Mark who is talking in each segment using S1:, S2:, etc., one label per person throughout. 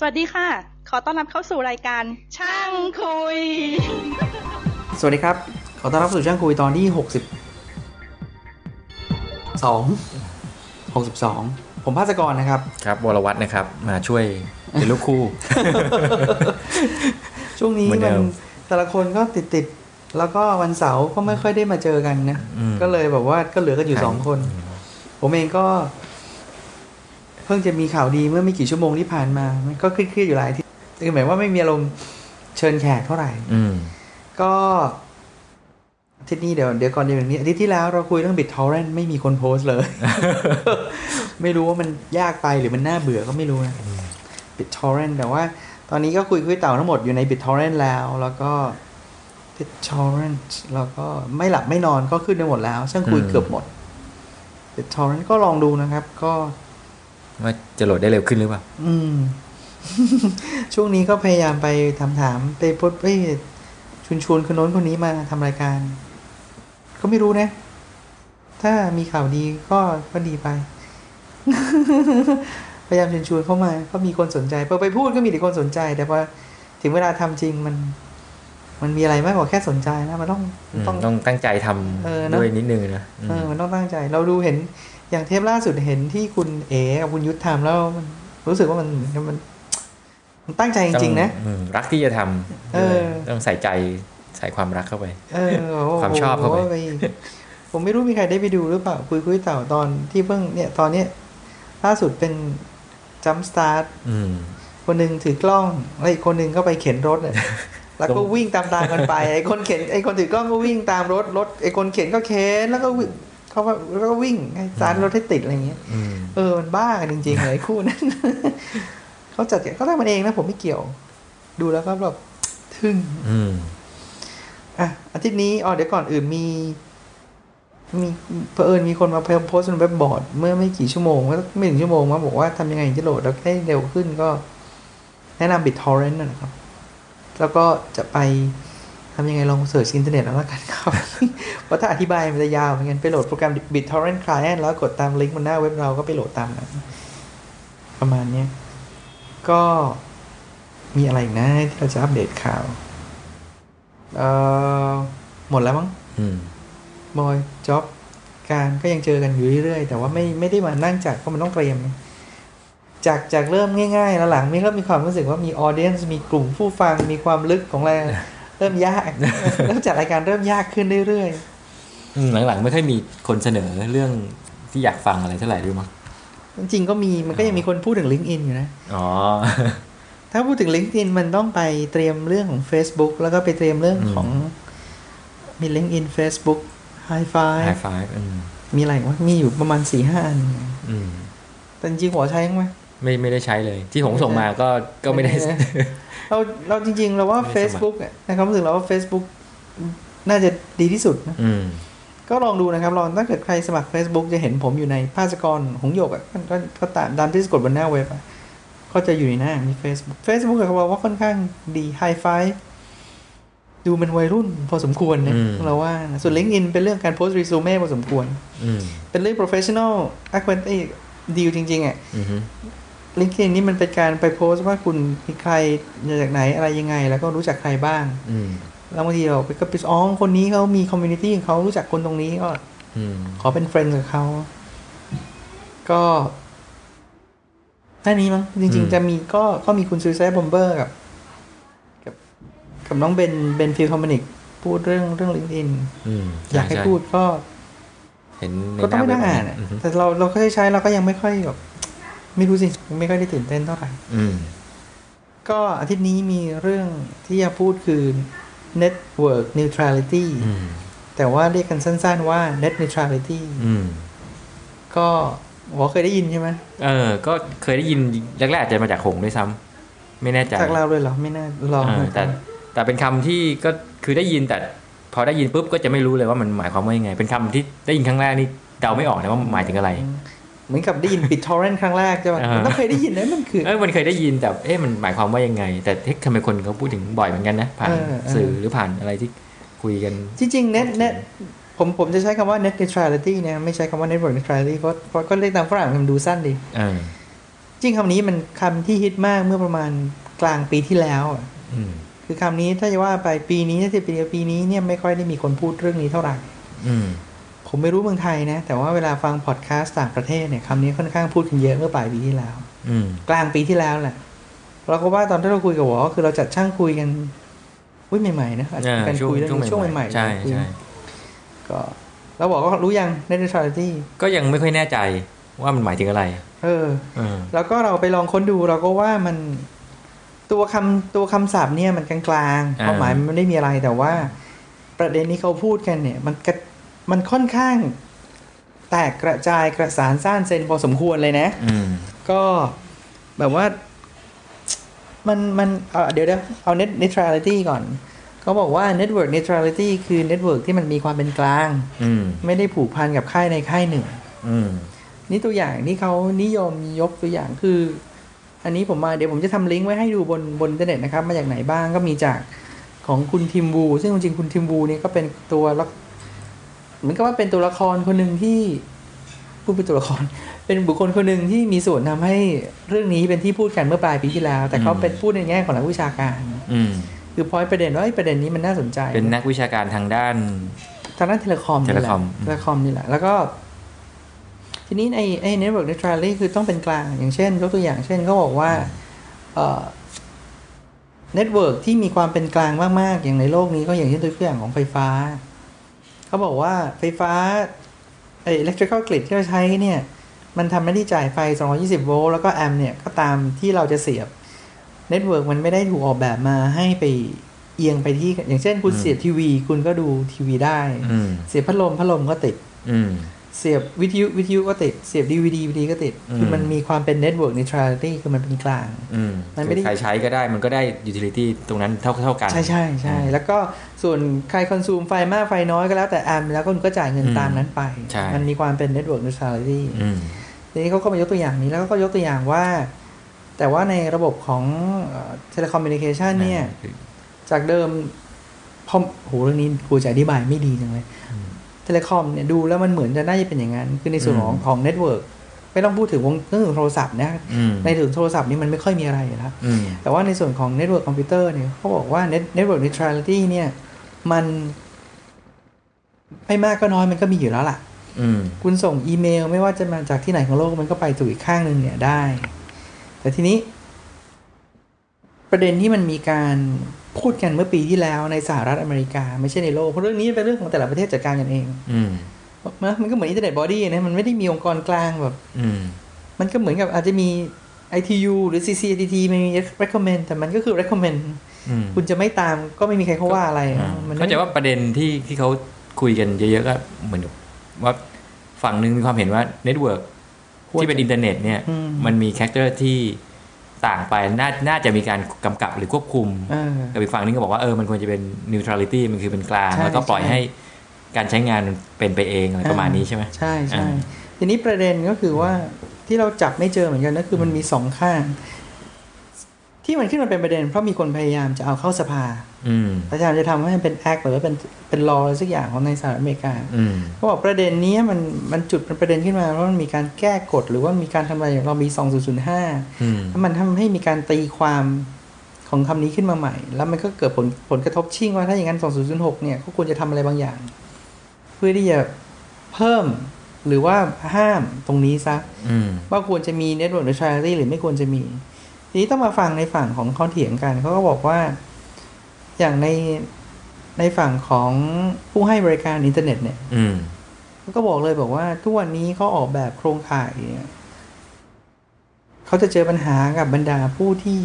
S1: สวัสดีค่ะ ขอต้อนรับเข้าสู่รายการ ช่างคุย
S2: สวัสดีครับ ขอต้อนรับสู่ช่างคุยตอนที่หกสิบสองหกสิบสองผมภาสกรนะครับ
S3: ครับวรวัตนะครับ มาช่วยเป็นลูก คู่
S2: ช่วงนี้
S3: เหมื
S2: มั
S3: อนเดิ
S2: น
S3: ม
S2: แต่ละคนก็ติดติดๆแล้วก็วันเสาร์ก็ไม่ค่อยได้มาเจอกันนะ
S3: อืม
S2: ก็เลยแบบว่าก็เหลือกันอยู่
S3: ครับ
S2: สองคน ผมเองก็ เพิ่งจะมีข่าวดีเมื่อไม่กี่ชั่วโมงที่ผ่านมา มันก็เครียดๆอยู่หลายทีคือหมายว่าไม่มีอารมณ์เชิญแขกเท่าไหร่
S3: อืม
S2: ก็อาทิตย์นี้เดี๋ยวเดี๋ยวก่อนเดี๋ยวนี้อาทิตย์ที่แล้วเราคุยเรื่องบิ t ทอร์เรนไม่มีคนโพสต์เลย ไม่รู้ว่ามันยากไปหรือมันน่าเบื่อก็ไม่รู้นะบิ t ทอร์เรนแต่ว่า ตอนนี้ก็คุยคุยเต่าทั้งหมดอยู่ในบิ t ทอร์เรนแล้ว แล้วก็บิ t ทอร์เรนแล้วก็ไม่หลับไม่นอนก็ขึ้นไปหมดแล้ว ซึ่งคุย
S3: อืม
S2: เกือบหมดบิ t ทอร์เรนก็ลองดูนะครับ ก็
S3: ว่าจะโหลดได้เร็วขึ้นหรือเปล่า
S2: อืม ช่วงนี้ก็พยายามไปถามถามๆไปพูดเอ้ยชวนชวนคนโน้นคนนี้มาทำรายการ ก็ไม่รู้นะ ถ้ามีข่าวดีก็ก็ดีไป พยายามชวนชวนเข้ามา ก็มีคนสนใจพอไปพูดก็มีแต่คนสนใจ แต่พอถึงเวลาทำจริงมัน มันมีอะไรมากกว่าแค่สนใจนะมันต้องมันต้อง
S3: ต้องตั้งใจทำ
S2: เออเนอะ
S3: ด้วยนิดนึงนะอืม
S2: เออมันต้องตั้งใจ เราดูเห็นอย่างเทปล่าสุดเห็นที่คุณเอ๋กับคุณยุทธทำแล้วมันรู้สึกว่ามันมัน มันตั้งใจจ
S3: ต้อ
S2: ริงๆนะ
S3: อืมรักที่จะท
S2: เออ
S3: ำต้องใส่ใจใส่ความรักเข้าไป
S2: เออโโห
S3: ความชอบเข้าไป
S2: ผมไม่รู้มีใครได้ไปดูหรือเปล่า คุยคุยเต่าตอนที่เพิ่งเนี่ย ตอนเนี้ยล่าสุดเป็นจัมสตาร์ท
S3: อืม
S2: คนหนึ่งถือกล้องแล้วอีกคนหนึ่งก็ไปเข็นรถ เนี่ยแล้วก็
S3: ลง
S2: วิ่งตามตามๆกันไปไอ้คนเข็นไอ้คนถือกล้องก็วิ่งตามรถรถไอ้คนเข็นก็เข็นแล้วก็วิ่งเขาว่าแล้วก็วิ่งให้สตาร์ทรถให้ติดอะไรอย่างเงี้ย
S3: อืม
S2: เออ มันบ้ากันจริงๆเลยคู่นั้น เขาจัดกันเขาตั้งมันเองนะ ผมไม่เกี่ยว ดูแล้วก็แบบทึ่ง
S3: อืม
S2: อ่ะ อาทิตย์นี้อ๋อเดี๋ยวก่อนอื่นมี มีเผอิญมีคนมาโพสต์บนเว็บบอร์ด เมื่อไม่กี่ชั่วโมงก็ไม่ถึงชั่วโมงมาบอกว่าทำยังไงถึงจะโหลดแล้วได้เร็วขึ้นก็ แนะนำ BitTorrent นะนะครับ แล้วก็จะไปทำยังไงลองเสิร์ชอินเทอร์เน็ตแล้วกันครับ เพราะถ้าอธิบายมันจะยาวเหมือนกันไปโหลดโปรแกรม BitTorrent Client แล้วกดตามลิงก์บนหน้าเว็บเราก็ไปโหลดตามนั้นประมาณเนี้ยก็มีอะไรอีกนะที่เราจะอัปเดตข่าวเอ่อหมดแล้วมั้ง
S3: อืม
S2: บอยจ็อบการก็ยังเจอกันอยู่เรื่อยๆ แต่ว่าไม่ไม่ได้มานั่งจัดเพราะมันต้องเตรียม จากจากเริ่มง่ายๆ แล้วหลังมีเริ่มมีความรู้สึกว่ามีออเดียนมีกลุ่มผู้ฟังมีความลึกของ อะไรเริ่มยาก เริ่มจัดรายการเริ่มยากขึ้นเรื่อย
S3: อืม หลังๆไม่ค่อยมีคนเสนอเรื่องที่อยากฟังอะไรเท่าไหร่ด้วยมั้ง
S2: ๆ จริงๆก็มีมันก็ยังมีคนพูดถึงลิงก์อินอยู่นะ
S3: อ๋อ
S2: ถ้าพูดถึงลิงก์อินมันต้องไปเตรียมเรื่องของ Facebook แล้วก็ไปเตรียมเรื่องของมีลิงก์อิน Facebook High
S3: ไฮ
S2: Five
S3: ไฟอืม
S2: มีอะไรอีกว่ามีอยู่ประมาณสี่ห้าอัน
S3: อืม
S2: แต่จริงๆหัวใช้ยังไหม
S3: ไม่ไม่ได้ใช้เลย ที่ผมส่งมาก็ก็ไม่ได้
S2: เราเราจริง ๆ เราว่า
S3: ไม่ได้สมัคร
S2: Facebook อะนะครับรู้สึกเราว่า Facebook น่าจะดีที่สุดนะ
S3: อืม
S2: ก็ลองดูนะครับลองถ้าเกิดใครสมัคร Facebook จะเห็นผมอยู่ในภาสกรหงส์หยกอ่ะก็ก็ก็ตามตามที่สะกดบนหน้าเว็บอะก็จะอยู่ในหน้ามี Facebook Facebook เขาบอกว่าค่อนข้างดีไฮไฟดูเป็นวัยรุ่นพอสมควรนะ
S3: อืม
S2: เราว่านะส่วน LinkedIn เป็นเรื่องการโพสต์รีซูเม่พอสมควร
S3: อืม
S2: เป็นเรื่อง professional acquaintance ดีลจริงๆอ่ะ
S3: อืมฮึ
S2: ลิงก์อินนี่มันเป็นการไปโพสต์ว่าคุณมีใครมาจากไหนอะไรยังไง แล้วก็รู้จักใครบ้าง
S3: อืม
S2: แล้วบางทีเราไปก็ไปอ๋อคนนี้เขามีคอมมูนิตี้ของเขารู้จักคนตรงนี้ก็
S3: อืม
S2: ขอเป็นเฟรนด์กับเขา ก็แค่นี้มั้งจริง
S3: อืม
S2: ๆ จะมีก็ก็มีคุณซูซายบอมเบอร์กับ กับกับน้องเบนเบนฟิลคอมมานิกพูดเรื่องเรื่องลิงก์อิน
S3: อืม
S2: อยากให้
S3: ช่
S2: พูดก็
S3: เห็นใน
S2: ก็ต้องไม่
S3: ห
S2: ได้
S3: น้าเว็บ
S2: อ่านอะ
S3: อืมฮึ
S2: แต่เราเราก็ใช้เราก็ยังไม่ค่อยแบบไม่รู้สิยังไม่ค่อยได้ตื่นเต้นเท่าไหร่
S3: อืม
S2: ก็อาทิตย์นี้มีเรื่องที่จะพูดคือ network neutrality
S3: อืม
S2: แต่ว่าเรียกกันสั้นๆว่า net neutrality
S3: อืม
S2: ก็หมอเคยได้ยินใช่ไหม
S3: เออ ก็เคยได้ยินแรกๆอาจจะมาจากหงส์ด้วยซ้ำไม่แน่ใจ
S2: จากเราเลยเหรอ ไม่น่าลอง
S3: เออแต่ แต่เป็นคำที่ก็คือได้ยินแต่ พอได้ยินปุ๊บก็จะไม่รู้เลยว่ามันหมายความว่ายังไง เป็นคำที่ได้ยินครั้งแรกนี่เดาไม่ออกนะว่าหมายถึงอะไร
S2: เหมือนกับได้ยิน BitTorrent ครั้งแรกใช่ป่ะ
S3: อ่ามั
S2: มันต้องเคยได้ยินนะมันคือ
S3: เออมันเคยได้ยินแต่เอ๊ะมันหมายความว่ายังไง แต่เทคทำไมคนเขาพูดถึงบ่อยเหมือนกันนะผ่าน
S2: เออเออ
S3: สื่อหรือผ่านอะไรที่คุยกัน
S2: จริงๆ net net ผมผมจะใช้คำว่า net neutrality นะไม่ใช้คำว่า network neutrality เพราะเพราะก็เรียกตามฝรั่งมันดูสั้นดี
S3: เออ
S2: จ จริงคำนี้มันคำที่ฮิตมากเมื่อประมาณกลางปีที่แล้วอะ
S3: อืม
S2: คือคำนี้ถ้าจะว่าไปปีนี้ถ้าจะปีเดียวปีนี้เนี่ยไม่ค่อยได้มีคนพูดเรื่องนี้เท่าไหร่
S3: อืม
S2: ผมไม่รู้เมืองไทยนะ แต่ว่าเวลาฟังพอดแคสต์ต่างประเทศเนี่ยคำนี้ค่อนข้างพูดกันเยอะเมื่อปลายปีที่แล้ว
S3: อืม
S2: กลางปีที่แล้วแหละเราก็ว่าตอนที่เราคุยกับหวอคือเราจัดช่างคุยกันอุ้ยใหม่ๆนะอาจจะ
S3: อ่า
S2: เป็นการ
S3: ช่วง
S2: คุยเรื่องนี้ช่วงใหม่ๆ
S3: ใช่
S2: คุย
S3: ใช่
S2: ก็เราบอกว่ารู้ยังในเดทรอยตี้
S3: ก็ยังไม่ค่อยแน่ใจว่ามันหมายถึงอะไร
S2: เออ
S3: เออ
S2: แล้วก็เราไปลองค้นดูเราก็ว่ามันตัวคำตัวคำศัพท์เนี่ยมันกลางๆความหมายมันไม่ได้มีอะไรแต่ว่า ประเด็นนี้เขาพูดกันเนี่ย มันกระมันค่อนข้าง แตกกระจายกระสานซ่านเซนพอสมควรเลยนะ
S3: อืม
S2: ก็แบบว่า มันมันเอาเดี๋ยวเดี๋ยวเอา net neutrality ก่อน เขาบอกว่า network neutrality คือ network ที่มันมีความเป็นกลาง
S3: อืม
S2: ไม่ได้ผูกพันกับค่ายในค่ายหนึ่ง
S3: อืม
S2: นี่ตัวอย่างที่เขานิยมยกตัวอย่างคือ อันนี้ผมมาเดี๋ยวผมจะทำลิงก์ไว้ให้ดูบนบนอินเทอร์เน็ตนะครับ มาจากไหนบ้างก็มีจากของคุณทิมบูซึ่งจริงๆคุณทิมบูเนี่ยก็เป็นตัวละเหมือนกับว่าเป็นตัวละครคนหนึ่งที่พูดเป็นตัวละคร เป็นบุคคลคนหนึ่งที่มีส่วนทำให้เรื่องนี้เป็นที่พูดกันเมื่อปลายปีที่แล้ว แต่เขาเป็นพูดในแง่ของนักวิชาการ
S3: อืม
S2: คือพอยประเด็นว่าเอ้ยประเด็นนี้มันน่าสนใจ
S3: เป็นนักวิชาการทางด้าน
S2: ทางด้านเทเลคอมนี่แหละ
S3: Telecom อืม
S2: เทเลคอมนี่แหละ แล้วก็ ทีนี้ไอ้ไอ้ network neutrality คือต้องเป็นกลาง อย่างเช่นยกตัวอย่างเช่นเขาบอกว่าเอ่อ network ที่มีความเป็นกลางมาก ๆ อย่างในโลกนี้ก็อย่างเช่นตัวอย่างของไฟฟ้า เขาบอกว่าไฟฟ้าไอ้ electrical grid ที่เราใช้เนี่ย มันทำหน้าที่จ่ายไฟ 220 โวลต์แล้วก็แอมป์เนี่ยก็ตามที่เราจะเสียบ network มันไม่ได้ถูกออกแบบมาให้ไปเอียงไปที่ อย่างเช่นคุณ
S3: อืม
S2: เสียบทีวี คุณก็ดูทีวีได้
S3: อืม
S2: เสียบพัดลมพัดลมก็ติด
S3: อืม
S2: เสียบวิทยุวิทยุก็ติด เสียบดีวีดีวีดีก็ติด คืออ
S3: ม
S2: มันมีความเป็น network neutrality คือมันเป็นกลาง
S3: อืม
S2: มันไม่ได้
S3: ใครใช้ก็ได้มันก็ได้ยูทิลิตี้ตรงนั้นเท่าเท่ากัน
S2: ใช่ใช่ใช่
S3: อืม
S2: แล้วก็ส่วนใครคอนซูมไฟมากไฟน้อยก็แล้วแต่แอมแล้วก็คุณก็จ่ายเงิน
S3: อืม
S2: ตามนั้นไป
S3: ใช่
S2: มันมีความเป็น network neutrality
S3: อืม
S2: ทีนี้เขาก็มายกตัวอย่างนี้แล้วก็ยกตัวอย่างว่า แต่ว่าในระบบของเทเลคอมมิวนิเคชันเนี่ย จากเดิมพอโหเรื่องนี้ครูจะอธิบายไม่ดีจังเลยเทเลคอมเนี่ยดูแล้วมันเหมือนจะน่าจะเป็นอย่างนั้น คือในส่วนของของเน็ตเวิร์กไม่ต้องพูดถึงวงเรื่องของโทรศัพท์นะ
S3: อืม
S2: ในถึงโทรศัพท์นี่มันไม่ค่อยมีอะไรอยู่แล้ว
S3: อืม
S2: แต่ว่าในส่วนของ Network Computer เนี่ยเขาบอกว่า Net- Network Neutrality เนี่ยมันไม่มากก็น้อยมันก็มีอยู่แล้วล่ะ
S3: อืม
S2: คุณส่งอีเมลไม่ว่าจะมาจากที่ไหนของโลกมันก็ไปถูกอีกข้างหนึ่งเนี่ยได้ แต่ทีนี้ ประเด็นที่มันมีการพูดกันเมื่อปีที่แล้วในสหรัฐอเมริกา ไม่ใช่ในโลก เพราะเรื่องนี้เป็นเรื่องของแต่ละประเทศจัดการกันเอง
S3: อืม
S2: นะมันก็เหมือนอินเทอร์เน็ตบอดี้นะมันไม่ได้มีองค์กรกลางแบบ
S3: อืม
S2: มันก็เหมือนกับอาจจะมี ITU หรือ CCTT มันมี recommend แต่มันก็คือ recommend
S3: อืม
S2: คุณจะไม่ตามก็ไม่มีใครเขาว่าอะไร
S3: อ่า
S2: มันไม่
S3: เข้าใจว่าประเด็นที่ที่เขาคุยกันเยอะๆก็เหมือนกับว่าฝั่งหนึ่งมีความเห็นว่าเน็ตเวิร์ก
S2: ควร
S3: ที่เป็นอินเทอร์เน็ตเนี่ย
S2: อืม
S3: มันมีแคคเตอร์ที่ต่างไปน่าน่าจะมีการกำกับหรือควบคุม
S2: อ่า
S3: กับอีกฝั่งนึงก็บอกว่าเออมันควรจะเป็นนิวทรัลิตี้มันคือเป็นกลาง
S2: ใช่
S3: แล้วก็ปล่อย
S2: ใช่
S3: ให้การใช้งานมันเป็นไปเองอะไรประมาณนี้ใช่ไหม
S2: ใช่ใช่
S3: อ่า
S2: ทีนี้ประเด็นก็คือว่าที่เราจับไม่เจอเหมือนกันก็คือมันมีสองข้าง ที่มันขึ้นมาเป็นประเด็น เพราะมีคนพยายามจะเอาเข้าสภา
S3: อืม
S2: พยายามจะทำให้มันเป็นแอคหรือว่าเป็นเป็นรออะไรสักอย่างของในสหรัฐอเมริกา
S3: อืม
S2: เขาบอกประเด็นนี้มันมันจุดเป็นประเด็นขึ้นมาเพราะมันมีการแก้กฎหรือว่ามีการทำอะไรอย่างเรามี 2005
S3: อืม
S2: แล้วมันทำให้มีการตีความของคำนี้ขึ้นมาใหม่ แล้วมันก็เกิดผลผลกระทบชิ่งว่าถ้าอย่างนั้น 2006 เนี่ยเขาควรจะทำอะไรบางอย่าง เพื่อที่จะเพิ่มหรือว่าห้ามตรงนี้ซะ
S3: อืม
S2: ว่าควรจะมี Network Neutrality หรือไม่ควรจะมี ทีนี้ต้องมาฟังในฝั่งของเขาเถียงกัน เขาก็บอกว่าอย่างในในฝั่งของผู้ให้บริการอินเทอร์เน็ตเนี่ย
S3: อืม
S2: เขาก็บอกเลยบอกว่าทุกวันนี้เขาออกแบบโครงข่ายเนี่ยเขาจะเจอปัญหากับบรรดาผู้ที่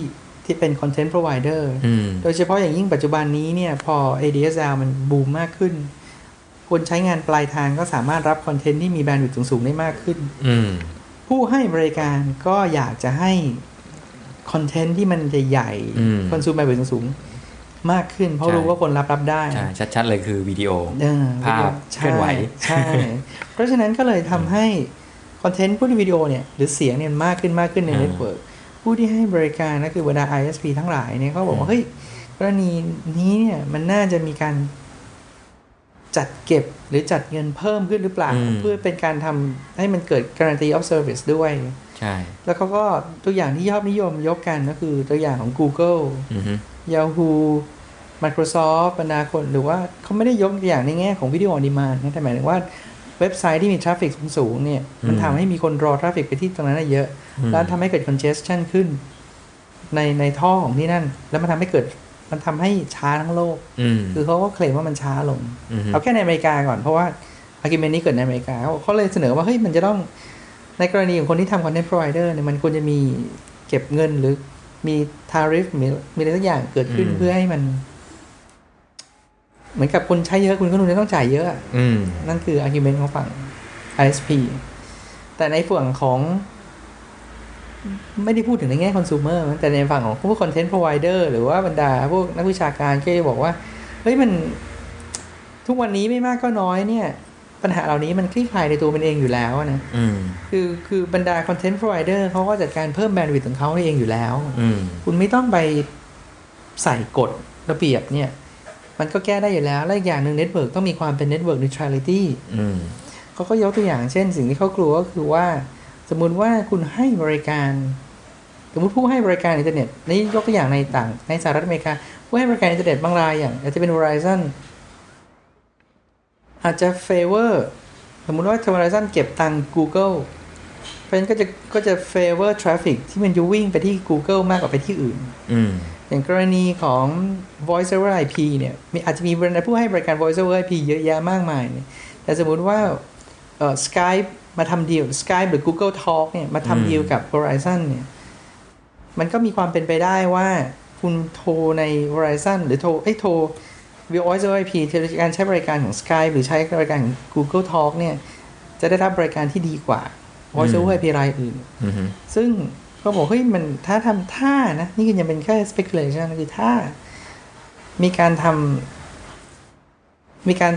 S2: ที่เป็น Content Provider
S3: อืม
S2: โดยเฉพาะอย่างยิ่งปัจจุบันนี้เนี่ย พอ ADSL มันบูมมากขึ้น คนใช้งานปลายทางก็สามารถรับคอนเทนต์ที่มีแบนด์วิดต์สูงๆได้มากขึ้น
S3: อืม
S2: ผู้ให้บริการก็อยากจะให้คอนเทนต์ที่มันใหญ่
S3: อืม
S2: ๆคอนซูมแบนด์วิดต์สูงๆมากขึ้น เพราะ
S3: ใช่
S2: รู้ว่าคนรับรับได้
S3: ใช่ชัดๆเลยคือวิดีโอ
S2: เออ
S3: ภาพ
S2: ใช่
S3: เคลื่อนไหว
S2: ใช่ เพราะฉะนั้นก็เลยทำให้คอนเทนต์ผู้ที่วิดีโอเนี่ย หรือเสียงเนี่ยมากขึ้นมากขึ้นในเน็ตเวิร์กผู้ที่ให้บริการก็คือบรรดา ISP ทั้งหลายเนี่ยเขาบอกว่า เฮ้ย กรณีนี้เนี่ยมันน่าจะมีการจัดเก็บหรือจัดเงินเพิ่มขึ้นหรือเปล่า
S3: อืม
S2: เพื่อเป็นการทำให้มันเกิด guarantee of service ด้วย
S3: ใช่
S2: แล้วเขาก็ตัวอย่างที่ยอดนิยมยกกันก็คือตัวอย่างของ Google
S3: อือฮึ
S2: Yahoo Microsoft บรรดาคนหรือว่าเขาไม่ได้ยกตัวอย่างในแง่ของวิดีโอ on demand นะแต่หมายถึงว่าเว็บไซต์ที่มีทราฟฟิกสูงๆเนี่ย มัน
S3: อืม
S2: ทำให้มีคนรอทราฟฟิกไปที่ตรงนั้นนะเยอะ
S3: อืม
S2: แล้วทำให้เกิด congestion ขึ้น ในในท่อของที่นั่น แล้วมันทำให้เกิดมันทำให้ช้าทั้งโลก
S3: อืม
S2: คือเขาก็เคลมว่ามันช้าลง
S3: อือฮึ
S2: เอาแค่ในอเมริกาก่อน เพราะว่าอาร์กิเมนต์นี้เกิดในอเมริกาเขาเขาเลยเสนอว่า เฮ้ย มันจะต้องในกรณีของคนที่ทำคอนเทนต์พรอ i เดอร์เนี่ยมันควรจะมีเก็บเงินหรือมีทาริฟมีมีอะไรสักอย่างเกิดขึ้นเพื่อให้มัน เหมือนกับคุณใช้เยอะคุณก็คุณจะต้องจ่ายเยอะ
S3: อืม
S2: นั่นคืออาร์กิเมนต์ของฝั่ง ISP แต่ในฝั่งของ ไม่ได้พูดถึงในแง่คอน sumer แต่ในฝั่งของพวกคอนเทนต์พรอ i เดอร์หรือว่าบรรดา พวกนักวิชาการก็จะบอกว่า เฮ้ยมัน ทุกวันนี้ไม่มากก็น้อยเนี่ย ปัญหาเหล่านี้มันคลี่คลายในตัวมันเองอยู่แล้วนะ
S3: อืม
S2: คือคือบรรดาคอนเทนต์พรอ i เดอร์เขาก็จัดการเพิ่มแบนด์วิดต์ของเขาเองอยู่แล้ว
S3: อืม
S2: คุณไม่ต้องไปใส่กฎระเบียบเนี่ย มันก็แก้ได้อยู่แล้ว และอีกอย่างหนึ่งเน็ตเวิร์กต้องมีความเป็นเน็ตเวิร์กนิทรัลิตี้
S3: อืม
S2: เขาก็ยกตัวอย่างเช่นสิ่งที่เขากลัวก็คือว่า สมมุติว่าคุณให้บริการ สมมติผู้ให้บริการอินเทอร์เน็ตนี่ยกตัวอย่างในต่างในสหรัฐอเมริกา ผู้ให้บริการอินเทอร์เน็ตบางรายอย่างอาจจะเป็น Verizon อาจจะ favor สมมุติว่า Verizon เก็บตังค์ Google เพราะฉะนั้นก็จะก็จะ favor traffic ที่มันจะวิ่งไปที่ Google มากกว่าไปที่อื่น
S3: อืม
S2: อย่างกรณีของ voice over IP เนี่ยมีอาจจะมีบริษัทผู้ให้บริการ voice over IP เยอะแยะมากมายเนี่ยแต่สมมุติว่าเอ่อ Skype มาทำดีล Skype หรือ Google Talk เนี่ยมาทำดีลกับ Verizon เนี่ยมันก็มีความเป็นไปได้ว่าคุณโทรใน Verizon หรือโทรไอ้ยโทร voice over IP ใช้การใช้บริการของ Skype หรือใช้บริการของ Google Talk เนี่ยจะได้รับบริการที่ดีกว่า voice over IP รายอื่น
S3: อืม
S2: ซึ่งก็บอกเฮ้ยมันถ้าทำท่านะ นี่ก็ยังเป็นแค่ speculation นะคือถ้า มีการทำมีการ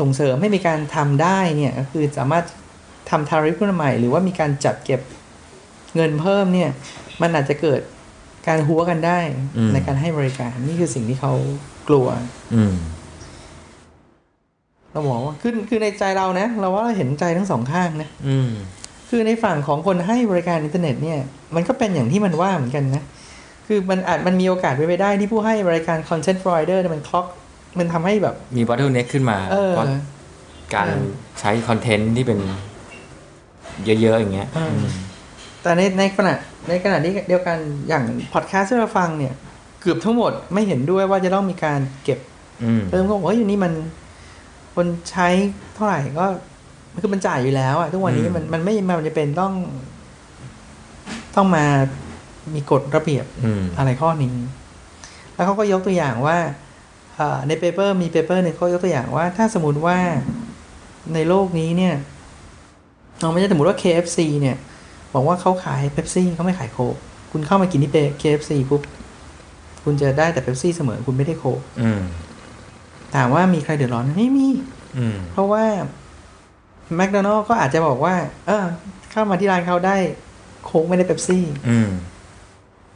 S2: ส่งเสริมให้มีการทำได้เนี่ยก็คือสามารถทำทาริฟขึ้นมาใหม่ หรือว่ามีการจัดเก็บเงินเพิ่มเนี่ย มันอาจจะเกิดการหัวกันได้ในการให้บริการ นี่คือสิ่งที่เขากลัว
S3: อืม
S2: เราบอกว่าคือคือในใจเรานะ เราว่าเราเห็นใจทั้งสองข้างนะ
S3: อืม
S2: คือในฝั่งของคนให้บริการอินเทอร์เน็ตเนี่ย มันก็เป็นอย่างที่มันว่าเหมือนกันนะ คือมันอาจมันมีโอกาสเป็นไปได้ที่ผู้ให้บริการคอนเทนต์พรอ i เดอร์มันคล็อก มันทำให้แบบ
S3: มี bottleneck ขึ้นมา
S2: เออ
S3: เพราะการใช้คอนเทนต์ที่เป็น เยอะ ๆ อย่างเงี้ย
S2: อืม
S3: อืม
S2: แต่ในในขณะในขณะที่เดียวกันอย่างพอดแคสต์ที่เราฟังเนี่ย เกือบทั้งหมดไม่เห็นด้วยว่าจะต้องมีการเก็บ
S3: อืม
S2: เริ่มก็บอกว่าอยู่นี่มันคนใช้เท่าไหร่ก็คือมันจ่ายอยู่แล้วอะทุกวันนี้มันมันไม่มันจะเป็นต้อง ต้องมามีกฎระเบียบ
S3: อืม
S2: อะไรข้อนี้ แล้วเขาก็ยกตัวอย่างว่าเอ่อในเปเปอร์มีเปเปอร์หนึ่งเขายกตัวอย่างว่า ถ้าสมมติว่าในโลกนี้เนี่ยเราไม่ใช่สมมติว่า KFC เนี่ย บอกว่าเขาขายเ e p ซี่เขาไม่ขายโคกคุณเข้ามากินที่เป KFC ปุ๊บ คุณจะได้แต่เ e p ซี่เสมอคุณไม่ได้โคก
S3: อืม
S2: ถามว่ามีใครเดือดร้อนไหมไม่มี
S3: อืม
S2: เพราะว่าแม d โดนัล s ก็อาจจะบอกว่า เออเข้ามาที่ร้านเขาได้โคกไม่ได้เ e p ซี่
S3: อืม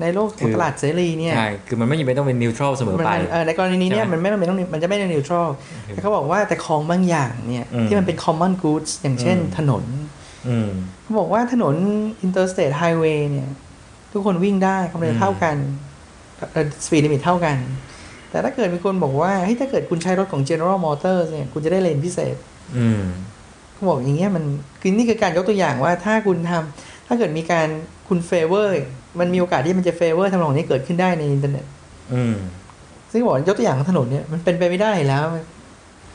S2: ในโลกของตลาดเสรีเนี่ย
S3: ใช่ คือมันไม่จำเป็นต้องเป็นนิวทรัลเสมอไป
S2: มันมันเออในกรณีนี้เนี่ย
S3: ใช่ไหม
S2: มันไม่ต้องเป็นต้องมันจะไม่ได้นิวทรัลแต่เขาบอกว่าแต่ของบางอย่างเนี่ย
S3: อืม
S2: ที่มันเป็น common goods อย่างเช่น
S3: อืม
S2: ถนน
S3: อืม
S2: เขาบอกว่าถนน interstate highway เนี่ย ทุกคนวิ่งได้ความเร็
S3: อื
S2: ว
S3: ม
S2: เท่ากันสปีดลิมิตเท่ากัน แต่ถ้าเกิดมีคนบอกว่าเฮ้ยถ้าเกิดคุณใช้รถของ General Motors เนี่ยคุณจะได้เลนพิเศษ
S3: อืม
S2: เขาบอกอย่างเงี้ยมันคือนี่คือการยกตัวอย่างว่าถ้าคุณทำถ้าเกิดมีการคุณ favor มันมีโอกาสที่มันจะ favor ทำนองนี้เกิดขึ้นได้ในอินเทอร์เน็ต
S3: อืม
S2: ซึ่งบอกว่ายกตัวอย่างของถนนเนี่ยมันเป็นไปไม่ได้แล้ว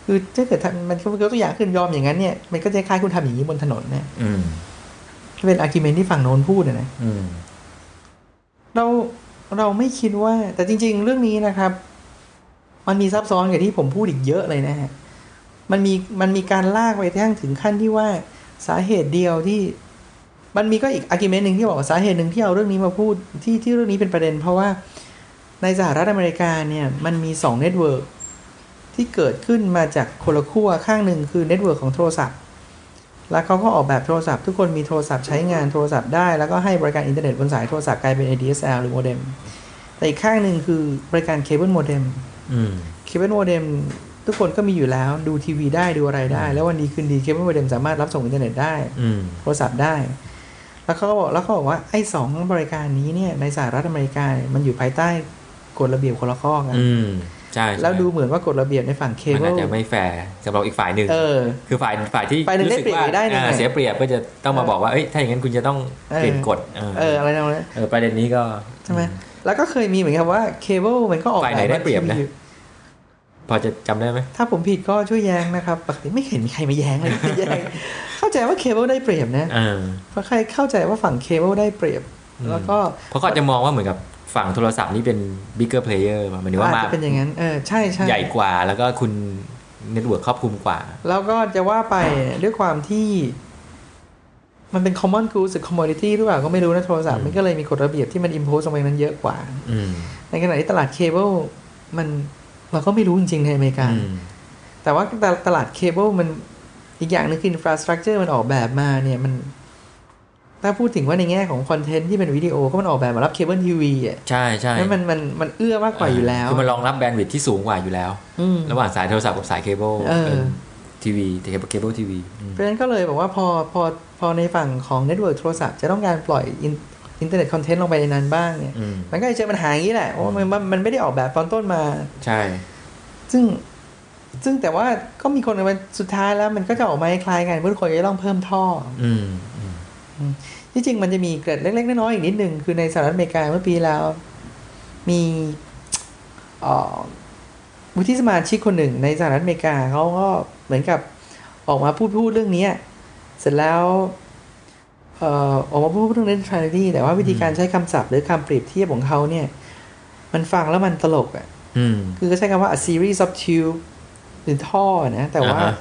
S2: คือถ้าเกิดทำมันยกตัวอย่างขึ้นยอมอย่างนั้นเนี่ยมันก็จะคล้ายคุณทำอย่างนี้บนถนนเนี่ย
S3: อืม
S2: เป็นอาร์กิเมนที่ฝั่งโน้นพูดอะนะ
S3: อืม
S2: เราเราไม่คิดว่า แต่จริง ๆ เรื่องนี้นะครับ มันมีซับซ้อนกับที่ผมพูดอีกเยอะเลยนะฮะมันมีมันมีการลากไปทั้งถึงขั้นที่ว่าสาเหตุเดียวที่ มันมีก็อีกอาร์กิเมนต์หนึ่งที่บอกว่าสาเหตุหนึ่งที่เอาเรื่องนี้มาพูดที่ที่เรื่องนี้เป็นประเด็น เพราะว่าในสหรัฐอเมริกาเนี่ย มันมีสองเน็ตเวิร์กที่เกิดขึ้นมาจากคนละขั้วข้างหนึ่งคือเน็ตเวิร์กของโทรศัพท์ แล้วเขาก็ออกแบบโทรศัพท์ ทุกคนมีโทรศัพท์ใช้งานโทรศัพท์ได้ แล้วก็ให้บริการอินเทอร์เน็ตบนสายโทรศัพท์กลายเป็น ADSL หรือโมเด็มแต่อีกข้างหนึ่งคือบริการเคเบิลโมเด็ม
S3: อืม
S2: เคเบิลโมเด็มทุกคนก็มีอยู่แล้วดูทีวีได้ดูอะไรได้ แล้ววันนี้คืนดีเคเบิลโมเด็มสามารถรับส่งอินเทอร์เน็ตได้
S3: อืม
S2: โทรศัพท์ได้ แ แล้วเขาก็บอกแล้วเขาบอกว่าไอ้สองบริการนี้เนี่ยในสหรัฐอเมริกาเนี่ยมันอยู่ภายใต้กฎระเบียบคนละข้อกัน
S3: อืมใช่ใช่
S2: แล้วดูเหมือนว่ากฎระเบียบในฝั่งเค
S3: มัน
S2: เบิ
S3: อา
S2: ล
S3: จจะไม่แฟร์สำหรับอีกฝ่ายหนึ่ง
S2: เออ
S3: คือฝ่ายฝ่ายที่
S2: ฝ่ายหนึ่ง
S3: รู้
S2: ได้
S3: สึก
S2: เปรียบ
S3: ว่า
S2: อีกด้านหนึ่ง
S3: อ่า
S2: อะ
S3: เสียเปรียบก็จะต้องมาบอกว่าเอ้ยถ้าอย่างนั้นคุณจะต้อง
S2: เออ
S3: เปลี่ยนกฎเออ
S2: เอออะไรนั่นแหละ
S3: เออประเด็นนี้ก็
S2: ใช่ไหมแล้วก็เคยมีเหมือนกันว่าเคเบิลมันก็ออก
S3: ฝ่ายไหน
S2: แบบ
S3: ได้
S2: ว่า
S3: เปรียบนะ
S2: ทีวี
S3: พอจะจำได้ไหม
S2: ถ้าผมผิดก็ช่วยแย้งนะครับปกติไม่เห็นมีใครมาแย้งเลย แย้ง เข้าใจว่าเคเบิลได้เปรียบนะ
S3: เออ
S2: เพราะใครเข้าใจว่าฝั่งเคเบิลได้เปรียบ แล้วก็
S3: เพราะเขาอาจจะมองว่าเหมือนกับฝั่งโทรศัพท์นี่เป็น bigger player มาหมายถึงว่า
S2: อาจ
S3: มา
S2: จะเป็นอย่างนั้น เออ ใช่ใช่
S3: ใหญ่กว่าแล้วก็คุณเน็ตเวิร์คครอบคลุมกว่า
S2: แล้วก็จะว่าไปด้วยความที่ มันเป็น common goods หรือ commodity หรือเปล่าก็ไม่รู้นะโทรศัพท์
S3: อืม
S2: มันก็เลยมีกฎระเบียบที่มัน impose ลงไปนั้นเยอะกว่า
S3: อืม
S2: ในขณะที่ตลาดเคเบิลมันเราก็ไม่รู้จริงๆในอเมริกา
S3: อืม
S2: แต่ว่าตลาดตลาดเคเบิลมันอีกอย่างหนึงคือ infrastructure มันออกแบบมาเนี่ยมัน ถ้าพูดถึงว่าในแง่ของคอนเทนต์ที่เป็นวิดีโอก็มันออกแบบมารับเคเบิลทีวีอ่ะ
S3: ใช่ใช่
S2: นั่นมันมันมันเอื้อมากกว่าอยู่แล้ว
S3: คือมันรองรับแบนด์วิดที่สูงกว่าอยู่แล้ว
S2: อืม
S3: ระหว่างสายโทรศัพท์กับสายเคเบิล
S2: เออ
S3: เป็นทีวีเคเบิลทีวีอืม
S2: เพราะฉะนั้นก็เลยบอกว่าพอพอพอในฝั่งของเน็ตเวิร์กโทรศัพท์จะต้องการปล่อยอินเทอร์เน็ตคอนเทนต์ลงไปในนั้นบ้างเนี่ย
S3: อืม
S2: มันก็จะเจอปัญหาอย่างนี้แหละเพราะว่ามันมันมันไม่ได้ออกแบบตอนต้นมา
S3: ใช่
S2: ซึ่งซึ่งแต่ว่าก็มีคนมันสุดท้ายแล้วมันก็จะออกมาคล้ายๆกันเพื่อคนจะต้องเพิ่มท่อ
S3: อืมอืม
S2: ที่จริงมันจะมีเกร็ดเล็กๆน้อยๆอีกนิดหนึ่งคือในสหรัฐอเมริกาเมื่อปีแล้ว มีเอ่อวุฒิสมาชิกคนหนึ่งในสหรัฐอเมริกาเขาก็เหมือนกับออกมาพูดพูดเรื่องเนี้ยเสร็จแล้วเอ่อออกมาพูดเรื่อง n e t r a l i t y แต่ว่าวิธีการใช้คำศัพท์หรือคำเปรียบเทียบของเขาเนี่ย มันฟังแล้วมันตลกอ่ะ
S3: อืม
S2: คือก็ใช้คำว่า a series of tube หรือท่อนะ แต่ว่า
S3: อ่าฮะ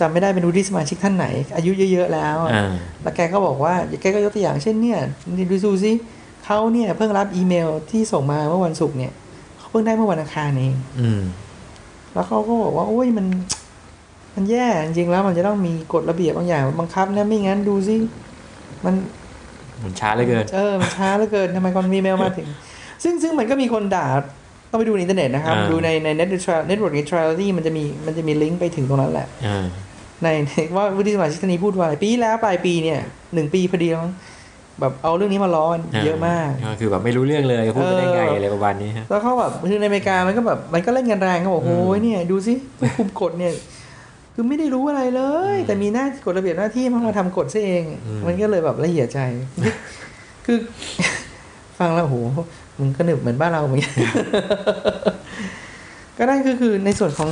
S2: จำไม่ได้เป็นวุฒิสมาชิกท่านไหน อายุเยอะๆแล้วอะ
S3: อ่า
S2: แล้วแกก็บอกว่า แกก็ยกตัวอย่างเช่นเนี่ยดูดูซิเขาเนี่ยเพิ่งรับอีเมลที่ส่งมาเมื่อวันศุกร์เนี่ยเขาเพิ่งได้เมื่อวันอังคารเอง
S3: อืม
S2: แล้วเขาก็บอกว่า โอ้ยมัน มันแย่จริงๆแล้วมันจะต้องมีกฎระเบียบบางอย่างบังคับนะไม่งั้นดูซิมัน
S3: มันช้าเหลือเกิน
S2: เออมันช้าเหลือเกินทำไมก่อนมีเมลมาถึง ซึ่งซึ่งมันก็มีคนด่าต้องไปดูในอินเทอร์เน็ตนะครับ
S3: อ่า
S2: ดูในใน net neutral- network neutrality มันจะมีมันจะมีลิงก์ไปถึงตรงนั้นแหละ
S3: อ่า
S2: ในในว่าวุฒิสมาชิกท่านนี้พูดว่าอะไรปีที่แล้วปลายปีเนี่ยหนึ่งปีพอดีมั้งแบบเอาเรื่องนี้มาล้อกันเยอะมาก
S3: ก็คือแบบไม่รู้เรื่องเลยพูดไปได้ไง
S2: เอออ
S3: อะไรประมาณนี้ฮะ
S2: แล้วเขาแบบคือในอเมริกามันก็แบบมันก็เล่นกันแรงก็บอก
S3: อืม
S2: โอ้ยเนี่ยดูสิผู้คุมกฎเนี่ย คือไม่ได้รู้อะไรเลย แต่มีหน้ากฎระเบียบหน้าที่มันมาทำกฎซะเอง
S3: อืม
S2: มันก็เลยแบบละเอียดใจ คือ ฟังแล้วโหมึงก็หนึบเหมือนบ้านเราเหมือนกัน ก็นั่นคือคือในส่วนของ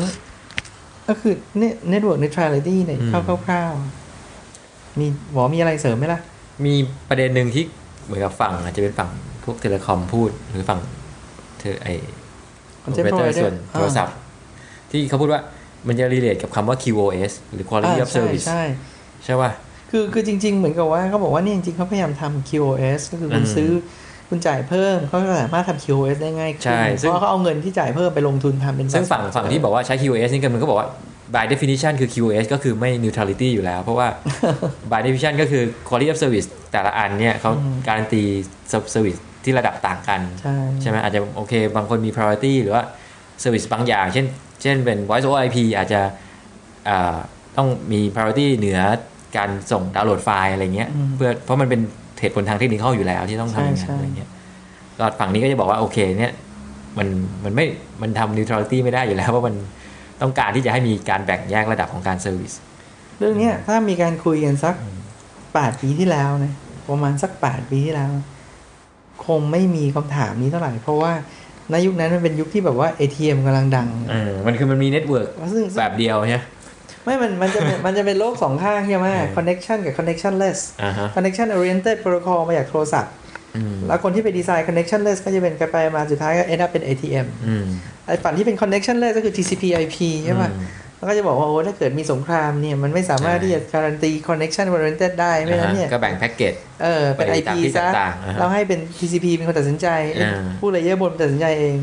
S2: ก็คือเนี่ยเน็ตเวิร์กในทริลิตี้เนี่ยคร่าวๆมีหมอมีอะไรเสริมไหมล่ะ
S3: มีประเด็นหนึ่งที่เหมือนกับฝั่งอาจจะเป็นฝั่งพวกเทเลคอมพูด หรือฝั่งเธอไอ
S2: Content
S3: อ
S2: provider
S3: ส่วนโทรศัพท์ ที่เขาพูดว่ามันจะรีเลทกับคำว่า QoS หรือ Quality
S2: อ่า
S3: of
S2: ใช่
S3: Service
S2: ใช่
S3: ใช่ป่ะ
S2: คือคือจริง ๆ เหมือนกับว่าเขาบอกว่านี่จริงๆเขาพยายามทำ QoS ก็คือคุณ
S3: อืม
S2: ซื้อคุณจ่ายเพิ่มเขาก็สามารถทำ QoS ได้ง่ายขึ้
S3: ใช่
S2: น
S3: ซึ่
S2: เพ
S3: ง
S2: ราะเขาเอาเงินที่จ่ายเพิ่มไปลงทุนทำเป็น
S3: ซึ่งฝั่ง
S2: subscription
S3: ฝั่งที่บอกว่าใช้ QoS นี่กันมันก็บอกว่า by definition คือ QoS ก็คือไม่ neutrality อยู่แล้ว เพราะว่า by definition ก็คือ quality of service แต่ละอันเนี่ยเขา
S2: อืม
S3: การันตี service ที่ระดับต่างกัน
S2: ใช่
S3: ใช่ไหมอาจจะโอเค บางคนมี priority หรือว่า service บางอย่าง เช่น เช่นเป็น voice over IP อาจจะอ่าต้องมี priority เหนือการส่งดาวน์โหลดไฟล์อะไรเงี้ยเพื่อเพราะมันเป็นเหตุผลทางเทคนิคอยู่แล้วที่ต้องทำอย่างนั้นอะไรเงี้ยก็ฝั่งนี้ก็จะบอกว่า โอเคเนี่ยมันมันไม่มันทำ neutrality ไม่ได้อยู่แล้วเพราะมันต้องการที่จะให้มีการแบ่งแยกระดับของการ service
S2: เรื่องเนี้ยถ้ามีการคุยกันสักแปดปีที่แล้วนะประมาณสักแปดปีที่แล้ว คงไม่มีคำถามนี้เท่าไหร่ เพราะว่าในยุคนั้นมันเป็นยุคที่แบบว่า ATM กำลังดัง
S3: เออมันคือมันมีเน็ตเวิร์ก
S2: ซึ่ง
S3: แบ
S2: ซึ่ง
S3: บเดียวใช่ไหม
S2: ไม่มันมันจะเป็นมันจะเป็นโลกสองข้างใช่ไหม connection กับ connectionless
S3: อ่าฮะ
S2: connection oriented protocol มาจากโทรศัพท์
S3: อืม
S2: แล้วคนที่ไปดีไซน์ connectionless ก็จะเป็นกันไปมาสุดท้ายก็ end up เป็น ATM
S3: อืม
S2: ไอ้ฝั่งที่เป็น connectionless ก็คือ TCP/IP ใช่ป่ะ
S3: อืม
S2: แล้วก็จะบอกว่า โอ้ถ้าเกิดมีสงครามเนี่ย มันไม่สามารถ
S3: ใช่
S2: ที่จะการันตี connection oriented ได้ ไม่งั้นเนี่ย
S3: อ่าฮะก็แบ่งแพ็กเกจ
S2: เออ เป็น
S3: ไป
S2: IP
S3: ตามที่
S2: ซะ
S3: ต่างๆอ่าฮะ
S2: เราให้เป็น TCP เป็นคนตัดสินใจ
S3: อ่า
S2: ผู้เลเยอร์บนตัดสินใจเอง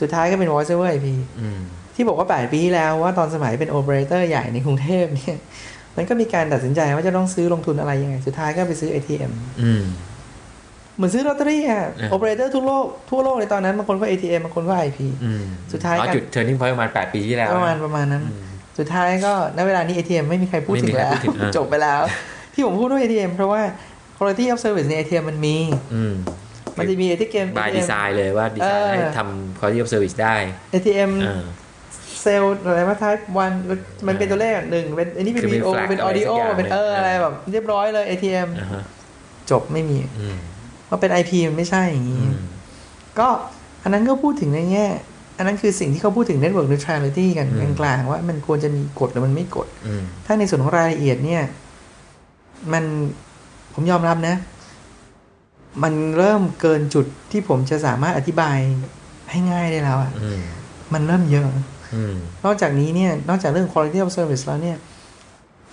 S2: สุดท้ายก็เป็น voice over IP
S3: อืม
S2: ที่บอกว่า 8 ปีที่แล้วว่าตอนสมัยเป็น operator ใหญ่ในกรุงเทพเนี่ย มันก็มีการตัดสินใจว่าจะต้องซื้อลงทุนอะไรยังไง สุดท้ายก็ไปซื้อ ATM
S3: อืม
S2: เหมือนซื้อลอตเตอรี่อ่ะ
S3: เออ
S2: โอเปอเรเตอร์ทั่วโลกทั่วโลกในตอนนั้นบางคนก็ ATM บางคนก็ IP
S3: อืม
S2: สุดท้าย
S3: อ๋อ
S2: กัน
S3: จุด turning point ประมาณ 8 ปีที่แล้ว
S2: ประมาณประมาณนั้น สุดท้ายก็ณเวลานี้ ATM ไม่มีใครพูด
S3: ไม่
S2: ถึ
S3: มี
S2: ง
S3: ใคร
S2: แล้ว
S3: พูดถึงเออ
S2: จบไปแล้ว ที่ผมพูดว่า ATM เพราะว่า quality of service ใน ATM มันมี
S3: อืม
S2: มันจะมี ATM
S3: by design เลยว่าดีไซน์ให้ทำ quality of service ได้
S2: ATM
S3: เออ
S2: เซลล์อะไรมาท้ายวันมันเป็นตัวเลขหนึ่งเป็นอันนี้เป็น
S3: คือเป็
S2: วี
S3: น
S2: โอ
S3: flag
S2: เป็นออดิโอ
S3: อะไรสักอย่าง
S2: เป็นเออ
S3: เอออ
S2: อะไรแบบเรียบร้อยเลย ATM
S3: อ่าฮะ
S2: จบไม่มี
S3: อืม
S2: ว่าเป็น IP มันไม่ใช่อย่าง
S3: อื
S2: นี้
S3: ม
S2: ก็อันนั้นก็พูดถึงในแง่ อันนั้นคือสิ่งที่เขาพูดถึง network neutrality กันกลางๆว่ามันควรจะมีกฎหรือมันไม่กฎ
S3: อืม
S2: ถ้าในส่วนของรายละเอียดเนี่ย มันผมยอมรับนะ มันเริ่มเกินจุดที่ผมจะสามารถอธิบายให้ง่ายได้แล้วอะ่ะ
S3: อืม
S2: มันเริ่มเยอะ
S3: อืม
S2: นอกจากนี้เนี่ย นอกจากเรื่อง quality of service แล้วเนี่ย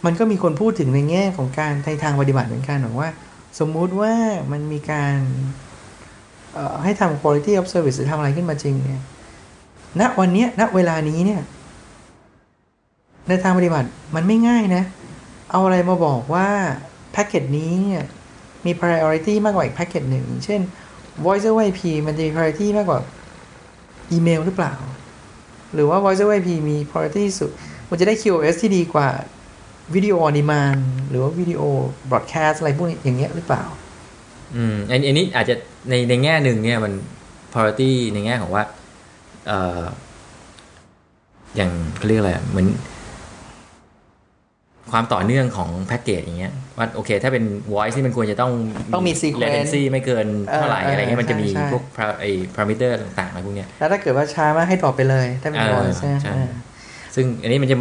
S2: มันก็มีคนพูดถึงในแง่ของการในทางปฏิบัติเหมือนกันบอกว่า สมมุติว่ามันมีการเอ่อให้ทำ quality of service หรือทำอะไรขึ้นมาจริงเนี่ยณวันเนี้ยณเวลานี้เนี่ย ในทางปฏิบัติมันไม่ง่ายนะ เอาอะไรมาบอกว่าแพ็กเกจนี้เนี่ยมี priority มากกว่าอีกแพ็กเกจหนึ่งเช่น voice over IP มันจะมี priority มากกว่าอีเมลหรือเปล่า หรือว่า voice over IP มี priority สูงมันจะได้ QoS ที่ดีกว่า video on demand หรือว่า video broadcast อะไรพวกนี้อย่างเงี้ยหรือเปล่า
S3: อืมอันอันนี้อาจจะในในแง่หนึ่งเนี่ยมัน priority ในแง่ของว่าเอ่ออย่างเขาเรียกอะไรอะเหมือน ความต่อเนื่องของแพ็กเกจอย่างเงี้ยว่าโอเค ถ้าเป็น voice นี่มันควรจะต้อง
S2: ต้องมี sequence
S3: latency ไม่เกินเท่าไหร่
S2: เอออ
S3: อะไรเงี้ยมันจะมี
S2: ใช่ใช่
S3: พวก pra- ไอ้ parameter ต่างๆอะไรพวกเนี้ย
S2: แล้วถ้าเกิดว่าช้ามากให้ตอบไปเลย ถ้าเป็น
S3: อ่า
S2: voice นะ
S3: ใช่
S2: อ่า
S3: ซึ่งอันนี้มันจะ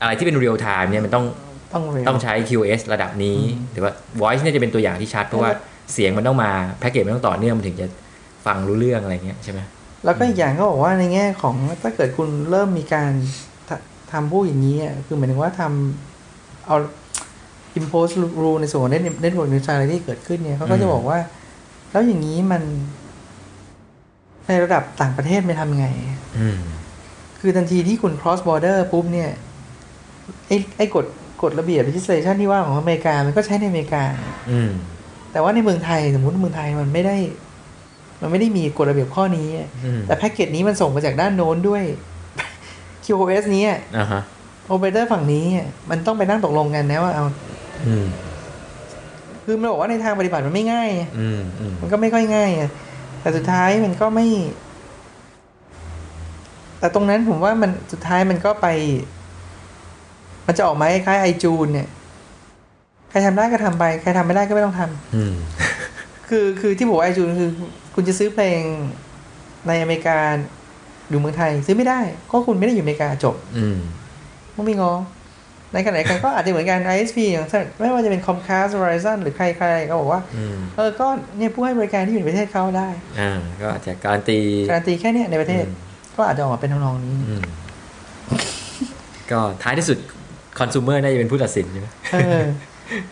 S3: อะไรที่เป็น real time เนี่ยมันต้อง
S2: ต้องเร็ว
S3: ต้องใช้ QS ระดับนี้หรือว่า voice เนี่ยจะเป็นตัวอย่างที่ชัด เพราะว่า
S2: แล้ว
S3: เสียงมันต้องมา แพ็กเกจมันต้องต่อเนื่องมันถึงจะฟังรู้เรื่องอะไรเงี้ยใช่ไหม
S2: แล้วก็อีกอย่างก็บอกว่าในแง่ของถ้าเกิดคุณเริ่มมีการทำทำพวกอย่างนี้อะคือหมายถึงว่าทำเอา impose rule ในส่วนของ net- network neutrality เกิดขึ้นเนี่ยเขาก็จะบอกว่า แล้วอย่างนี้มัน ในระดับต่างประเทศไม่ทำไง
S3: อืม
S2: คือทันทีที่คุณ cross border ปุ๊บเนี่ย ไอ้ไอ้กฎกฎระเบียบ legislation ที่ว่าของอเมริกา มันก็ใช้ในอเมริกา
S3: อืม
S2: แต่ว่าในเมืองไทยสมมติเมืองไทยมันไม่ได้ มันไม่ได้มีกฎระเบียบข้อนี้
S3: อืม
S2: แต่แพ็กเกจนี้มันส่งมาจากด้านโน้นด้วย QoS นี้
S3: อ่าฮะ
S2: โอเปอเรเตอร์ฝั่งนี้ มันต้องไปนั่งตกลงกันนะว่าเอา
S3: อืม
S2: คือมันบอกว่าในทางปฏิบัติมันไม่ง่าย
S3: อืมอืม
S2: มันก็ไม่ค่อยง่ายอะแต่สุดท้ายมันก็ไม่ แต่ตรงนั้นผมว่ามันสุดท้ายมันก็ไป มันจะออกมาคล้ายไอจูนเนี่ย ใครทำได้ก็ทำไป ใครทำไม่ได้ก็ไม่ต้องทำ
S3: อืม
S2: คือคือที่ผมไอจูนคือ คุณจะซื้อเพลงในอเมริกาอยู่เมืองไทย ซื้อไม่ได้ ก็คุณไม่ได้อยู่อเมริกาจบ
S3: อืม
S2: ต้องไม่งอ ในขณะเดียวกันก็อาจจะเหมือนกัน ISP อย่างเช่นไม่ว่าจะเป็น Comcast Verizon หรือใครใครก็บอกว่า
S3: อืม
S2: เออก็เนี่ยผู้ให้บริการที่อยู่ในประเทศเขาได้
S3: อ่าก็อาจจะการันตี
S2: การันตีแค่เนี้ยในประเทศ
S3: อืม
S2: ก็อาจจะออกมาเป็นทำนองนี้
S3: อืมก็ท้ายที่สุดคอน sumer น่าจะเป็นผู้ตัดสินใช่ไหม
S2: เออ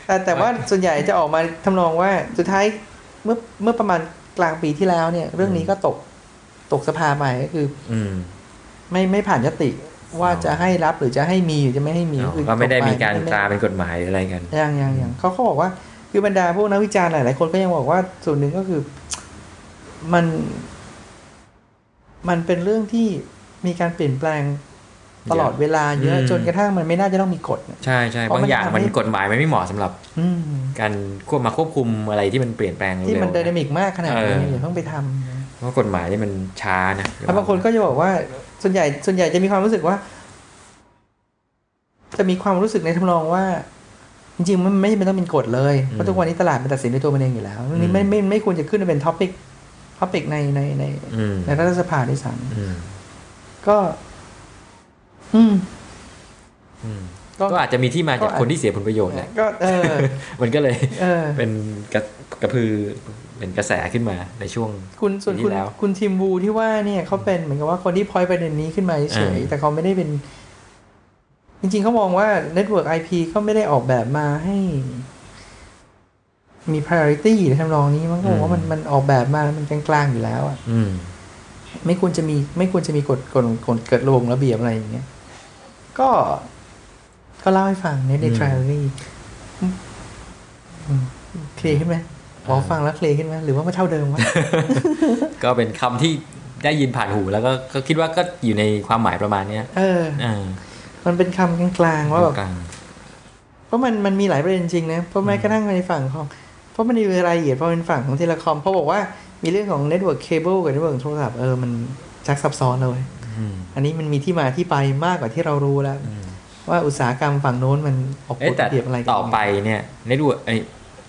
S2: แต่แต่ว่าส่วนใหญ่จะออกมาทำนองว่าสุดท้ายเมื่อเมื่อประมาณกลางปีที่แล้วเนี่ย เรื่องนี้ก็ตกตกสภาไปก็คือ
S3: อืม
S2: ไม่ไม่ผ่านยติว่า
S3: อ๋อ
S2: จะให้รับหรือจะให้มีหรือจะไม่ให้มี
S3: อ๋อ
S2: คือ
S3: ก็ไม่ได้
S2: ฎหย
S3: มีการ
S2: ไม่
S3: ตราเป็นกฎหมายหรืออะไรกัน
S2: ยังยังยังเขาเขาบอกว่า คือบรรดาพวกนักวิจารณ์หลาย ๆ คนก็ยังบอกว่าส่วนหนึ่งก็คือ มัน มันเป็นเรื่องที่มีการเปลี่ยนแปลงตลอดเวลาเยอะ
S3: อืม
S2: จนกระทั่งมันไม่น่าจะต้องมีกฎเนี่ย
S3: ใช่ใช่
S2: เพราะ
S3: บาง
S2: มัน
S3: อย่าง
S2: ทำให้
S3: มันกฎหมายมันไม่เหมาะสำหรับ
S2: อืม
S3: การควบมาควบคุมอะไรที่มันเปลี่ยนแปลงเร็ว
S2: ที่มัน
S3: ๆ
S2: ไดนามิกมากขนาดนี้
S3: เออ
S2: อ
S3: อ
S2: ย่าเพิ่งไปทำ
S3: เพราะกฎหมายนี่มันช้านะ
S2: แล้วบางคนก็จะบอกว่า ส่วนใหญ่ส่วนใหญ่จะมีความรู้สึกว่า จะมีความรู้สึกในทำนองว่า จริงๆ มันไม่จำเป็นต้องเป็นกฎเลย เพราะทุกวันนี้ตลาดมันตัดสินด้วยตัวมันเองอยู่แล้วเรื่องนี้ไม่ไม่ไม่ควรจะขึ้นมาเป็นท็อปิกท็อปิกในในใน
S3: อืม
S2: ในรัฐสภาด้วยซ้
S3: อืม
S2: ำก็ อืม
S3: อืม
S2: ก็
S3: ก็อาจจะมีที่มาจาก
S2: ก็อาจ
S3: คนที่เสียผลประโยชน์แหละ
S2: ก็ เออ
S3: มันก็เลย
S2: เออ
S3: เป็นกระกระพือเป็นกระแสขึ้นมาในช่วง
S2: คุณส่วนคุณ
S3: ปีที่แล้ว
S2: คุณทีมบูที่ว่าเนี่ยเขาเป็นเหมือนกับว่าคนที่พอยประเด็นนี้ขึ้นมาเฉยๆ
S3: อ่า
S2: แต่เขาไม่ได้เป็น จริงๆเขามองว่า Network IP ก็ไม่ได้ออกแบบมาให้ มี priority หรือทำนองนี้ มันก็บอกว่ามันมันออกแบบมามันกลางๆอยู่แล้วอะ
S3: อืม
S2: ไม่ควรจะมีไม่ควรจะมีกฎกฎกฎเกิดระบบระเบียบอะไรอย่างเงี้ย ก็ ก็เล่าให้ฟังในเดท
S3: อืม
S2: รารี่เคลียร์ขึ้นไหมหมอฟังแล้วเคลียร์ขึ้นไหมหรือว่ามันเท่าเดิม วะ
S3: ก็เป็นคำที่ได้ยินผ่านหูแล้วก็ก็คิดว่าก็อยู่ในความหมายประมาณเนี้ย
S2: เออ
S3: อ่า
S2: มันเป็นคำกลางๆว่าแบบ
S3: กลาง
S2: เพราะมันมันมีหลายประเด็นจริงนะเพราะแม้กระทั่งในฝั่งของ เพ ราะมันมีรายละเอียดเพราะเป็นฝั่งของเทเลคอมเขาบอกว่ามีเรื่องของเน็ตเวิร์กเคเบิลกับเน็ตเวิร์กโทรศัพท์เออมันชักซับซ้อนเลย
S3: อืม
S2: อันนี้มันมีที่มาที่ไปมากกว่าที่เรารู้แล้ว
S3: อืม
S2: ว่าอุตสาหกรรมฝั่งโน้นมันออก
S3: เอ้
S2: ก
S3: ย
S2: ฎ
S3: แต่
S2: ระเบียบอะไรกัน
S3: ต่อไปเนี่ยในดูไอ้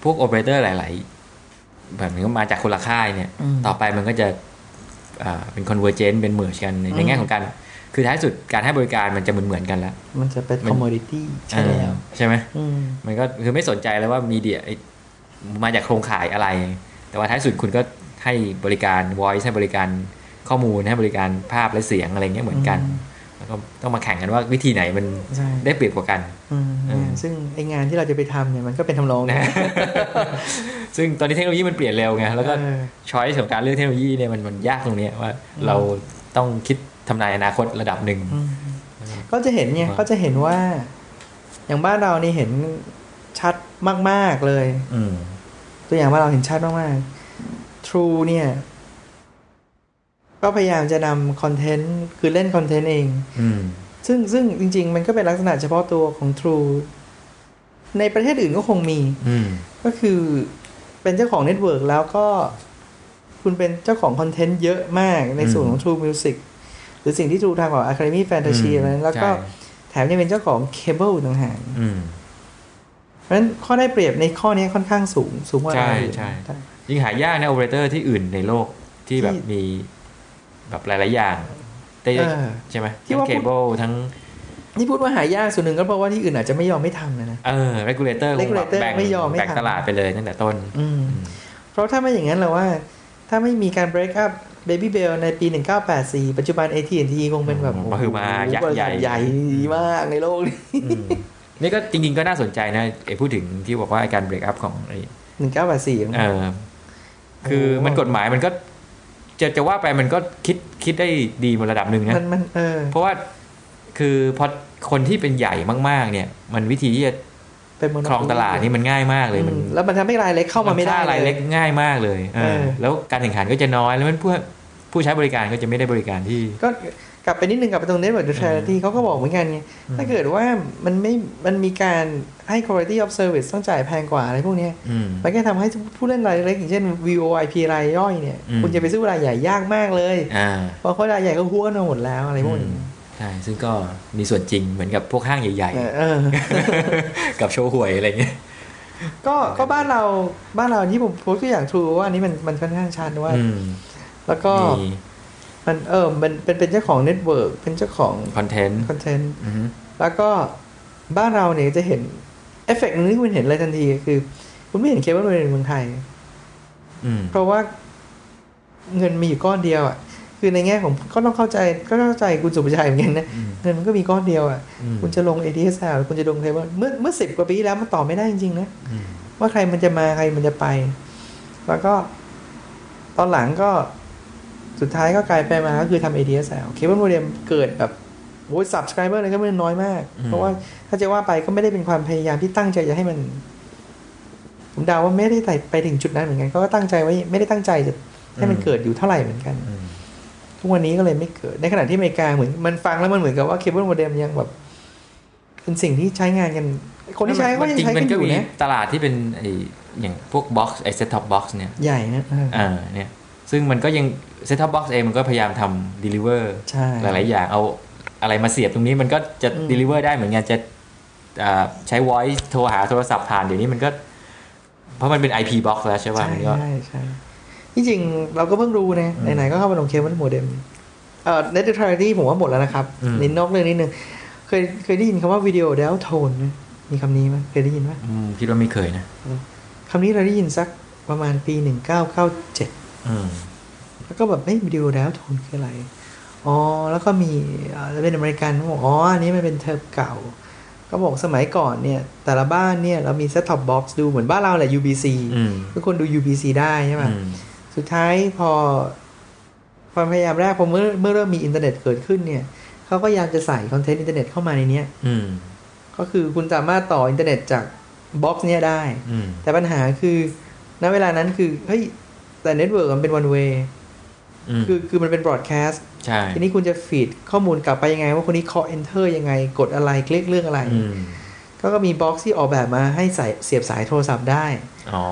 S3: พวกโอเปอเรเตอร์หลายๆ แบบนี้ก็มาจากคนละค่ายเนี่ย
S2: ม
S3: ต่อไปมันก็จะอ่าเป็นคอนเวอร์เจนเป็นเหมือนกันใน
S2: อืม
S3: ในแง่ของการคือท้ายสุดการให้บริการมันจะเหมือนเหมือนๆกันแล้ว
S2: มันจะเป็นคอมมอดิตี้ใช่แล้ว
S3: ใช่ไหม
S2: อืม
S3: มันก็คือไม่สนใจแล้วว่ามีเดียมาจากโครงข่ายอะไร แต่ว่าท้ายสุดคุณก็ให้บริการ voice ให้บริการข้อมูลให้บริการภาพและเสียงอะไรเงี้ยเหมือนกัน
S2: อืม
S3: แล้วก็ต้องมาแข่งกันว่าวิธีไหนมัน
S2: ใช่
S3: ได้เปรียบกว่ากัน
S2: อืม
S3: อืม
S2: ซึ่งไองานที่เราจะไปทำเนี่ยมันก็เป็นทำรองนะ
S3: ซึ่งตอนนี้เทคโนโลยีมันเปลี่ยนเร็วไงแล้วก็
S2: เออ
S3: ช้อยส์ของการเลือกเทคโนโลยีเนี่ยมันมันยากตรงเนี้ยว่าเราต้องคิดทำนายอนาคตระดับหนึ่ง
S2: อืมก็จะเห็นไง
S3: ว่า
S2: ก็จะเห็นว่า อย่างบ้านเรานี่เห็นชัดมาก ๆ เลย
S3: อืม
S2: ตัวอย่างบ้านเราเห็นชัดมากๆ True เนี่ย ก็พยายามจะนำคอนเทนต์คือเล่นคอนเทนต์เอง
S3: อืม
S2: ซึ่งซึ่งจริง ๆ มันก็เป็นลักษณะเฉพาะตัวของ True ในประเทศอื่นก็คงมี
S3: อืม
S2: ก็คือเป็นเจ้าของเน็ตเวิร์กแล้วก็คุณเป็นเจ้าของคอนเทนต์เยอะมากในส่วนของ True Music หรือสิ่งที่ True ทำกับ Academy Fantasy อะไรนั้นแล้วก็
S3: ใช่
S2: แถมยังเป็นเจ้าของเคเบิลต่างหาก
S3: อืม
S2: เพราะฉะนั้นข้อได้เปรียบในข้อนี้ค่อนข้างสูง สูงกว่า
S3: ใช่
S2: อะไรอื่น
S3: ใช่
S2: ใช่
S3: ยิ่งหายากนะโอเปอเรเตอร์ที่อื่นในโลกที่แบบ
S2: ที่
S3: มี แบบหลาย ๆ อย่างเต้
S2: เออ
S3: ใช่ไหม
S2: ที่
S3: ทั้ง
S2: ว่าพูด
S3: เคเบิลทั้ง
S2: ที่พูดว่าหายากส่วนหนึ่งก็เพราะว่าที่อื่นอาจจะไม่ยอมไม่ทำนะนะ
S3: เออเรกูลเลเตอร์
S2: regulator
S3: แบ่ง
S2: ไม่ยอมไม่
S3: แบ่ง
S2: ทำ
S3: ตลาดไปเลยตั้งแต่ต้น
S2: อืมเพราะถ้าไม่อย่างนั้นเราว่า ถ้าไม่มีการ break up baby bell ในปี 1984 ปัจจุบัน AT&T คงเป็นแบบ
S3: อืมมหึมายักษ์
S2: บริ
S3: ใหญ่
S2: ษัทใหญ่มากในโลกนี้
S3: อืมนี่ก็จริง ๆ ก็น่าสนใจนะไอ้พูดถึงที่บอกว่าไอ้การเบรกอัพของไอ้
S2: 1984
S3: เออคือ
S2: โอ้
S3: มันกฎหมายมันก็ จะจะว่าไปมันก็คิดคิดได้ดีมาระดับหนึ่งนะ
S2: มันมันเออ
S3: เพราะว่าคือพอคนที่เป็นใหญ่มากๆ เนี่ย มันวิธีที่จะ
S2: เป็น monopoly
S3: ครองตลาดนี่มันง่ายมากเลยมัน
S2: อืมแล้วมันทำให้รายเล็กเข้ามาไม่ได้
S3: นฆ่รายเล็ก
S2: ย
S3: ง่ายมากเลยเออ
S2: เออ
S3: แล้วการแข่งขันก็จะน้อยแล้วมันผู้ผู้ใช้บริการก็จะไม่ได้บริการที่
S2: ก็กลับไปนิดนึงกลับไปตรง network neutrality เขาก็บอกเหมือนกันไง
S3: อืม
S2: ถ้าเกิดว่ามันไม่ มันมีการให้ quality of service ต้องจ่ายแพงกว่าอะไรพวกเนี้ย
S3: อืม
S2: มันก็ทำให้ผู้เล่นรายเล็กอย่างเช่น VOIP รายย่อยเนี่ย
S3: อืม
S2: คุณจะไปสู้รายใหญ่ยากมากเลย
S3: อ่า
S2: เพราะเขารายใหญ่ก็หัวกันมาหมดแล้วอะไรพวกนี้
S3: ใช่ซึ่งก็มีส่วนจริงเหมือนกับพวกห้างใหญ่
S2: เออเออ
S3: ๆ กับโชว์หวยอะไรเงี้ย
S2: ก็ก็บ้านเราบ้านเราที่ผมพูดตัวอย่าง True ว่าอันนี้มันมันค่อนข้างชัดว่า
S3: อืม
S2: แล้วก็
S3: มี
S2: มันเออมันเป็นเป็นเจ้าของเน็ตเวิร์กเป็นเจ้าของ
S3: คอนเทนต์
S2: คอนเทนต์
S3: อือฮึ
S2: แล้วก็บ้านเราเนี่ยจะเห็นเอฟเฟกต์นึงที่คุณเห็นเลยทันทีคือ คุณไม่เห็นเคเบิลเมในเมืองไทย
S3: อืม
S2: เพราะว่าเงินมีอยู่ก้อนเดียวอ่ะ คือในแง่ของก็ต้องเข้าใจก็ต้องเข้าใจคุณสุภาชัยเหมือนกันนะ
S3: อืม
S2: เงินมันก็มีก้อนเดียวอ่ะ
S3: อืม
S2: คุณจะลง ADSL หรือคุณจะลงเคเบิลเมื่อเมื่อสิบกว่าปีที่แล้วมันต่อไม่ได้จริงๆนะ
S3: อืม
S2: ว่าใครมันจะมาใครมันจะไป แล้วก็ตอนหลังก็สุดท้ายก็กลายไปมาก็คือทำ ADSL เคเบิลโมเด็มเกิดแบบโอ้ย subscriber เลยก็ไม่น้อยมาก
S3: อืม
S2: เพราะว่าถ้าจะว่าไปก็ไม่ได้เป็นความพยายามที่ตั้งใจจะให้มัน ผมเดาว่าไม่ได้ไปถึงจุดนั้นเหมือนกัน ก็ตั้งใจไว้ไม่ได้ตั้งใจจะให้มันเกิดอยู่เท่าไหร่เหมือนกัน
S3: อืม
S2: ทุกวันนี้ก็เลยไม่เกิด ในขณะที่อเมริกาเหมือนมันฟังแล้วมันเหมือนกับว่าเคเบิลโมเด็มยังแบบ เป็นสิ่งที่ใช้งานกัน คนที่ใช้ก็ยังใช้กันอยู่
S3: มั
S2: นะ
S3: มีตลาดที่เป็นไออย่างพวกบ็อกซ์ไอเซ็ตท็อปบ็อกซ์เนี่ย
S2: ใหญ่นะเออ
S3: อ่าเนี่ยซึ่งมันก็ยังเซ็ตท็อปบ็อกซ์เองมันก็พยายามทำ deliver
S2: ใช่
S3: หลาย ๆ อย่างเอาอะไรมาเสียบตรงนี้มันก็จะ
S2: อืม
S3: deliver ได้เหมือนกันจะอ่าใช้ voice โทรหาโทรศัพท์ผ่านเดี๋ยวนี้มันก็ เพราะมันเป็น IP box แล้วใช่ป่ะ
S2: ใช่
S3: มันก็
S2: ใช่ใช่ที่จริงเราก็เพิ่งรู้นะ
S3: อืม
S2: ไหนๆก็เข้ามาลงเคเบิลโมเด็มเอ่อเน็ตทราที่ผมว่าหมดแล้วนะครับ
S3: อืม
S2: นิดนอกเรื่องนิดนึงเคยเคยได้ยินคำว่าวิดีโอเดลโทนไหมมีคำนี้ไหมเคยได้ยินไหม
S3: อืมคิดว่าไม่เคยนะ
S2: คำนี้เราได้ยินสักประมาณปี 1997
S3: อืม
S2: แล้วก็แบบเอ้ยวิดีโอเดลโทนคืออะไร อ๋อ แล้วก็มีเอ่อเป็นอเมริกันเขาบอกอ๋ออันนี้มันเป็นเทอมเก่า ก็บอกสมัยก่อนเนี่ย แต่ละบ้านเนี่ยเรามีเซ็ตท็อปบ็อกซ์ดูเหมือนบ้านเราแหละ UBC
S3: อืม
S2: ทุกคนดู UBC ได้ใช่ไหม
S3: อืม
S2: สุดท้ายพอความพยายามแรกพอเมื่อเมื่อเริ่มมีอินเทอร์เน็ตเกิดขึ้นเนี่ยเขาก็พยายามจะใส่คอนเทนต์อินเทอร์เน็ตเข้ามาในเนี้ย
S3: อืม
S2: ก็คือคุณสามารถต่ออินเทอร์เน็ตจากบ็อกซ์เนี้ยได้
S3: อืม
S2: แต่ปัญหาคือณเวลานั้นคือเฮ้ยแต่เน็ตเวิร์กมันเป็นวันเวย์
S3: อืม
S2: คือคือมันเป็นบ r อ a แคสต์
S3: ใช่
S2: ทีนี้คุณจะฟีดข้อมูลกลับไปยังไง ว่าคนนี้เคาะ enter ยังไง กดอะไรคลิกเรื่องอะไร
S3: อืม
S2: ก็ก็มีบล็อกที่ออกแบบมาให้ใส่เสียบสายโทรศัพท์ได้
S3: อ๋อ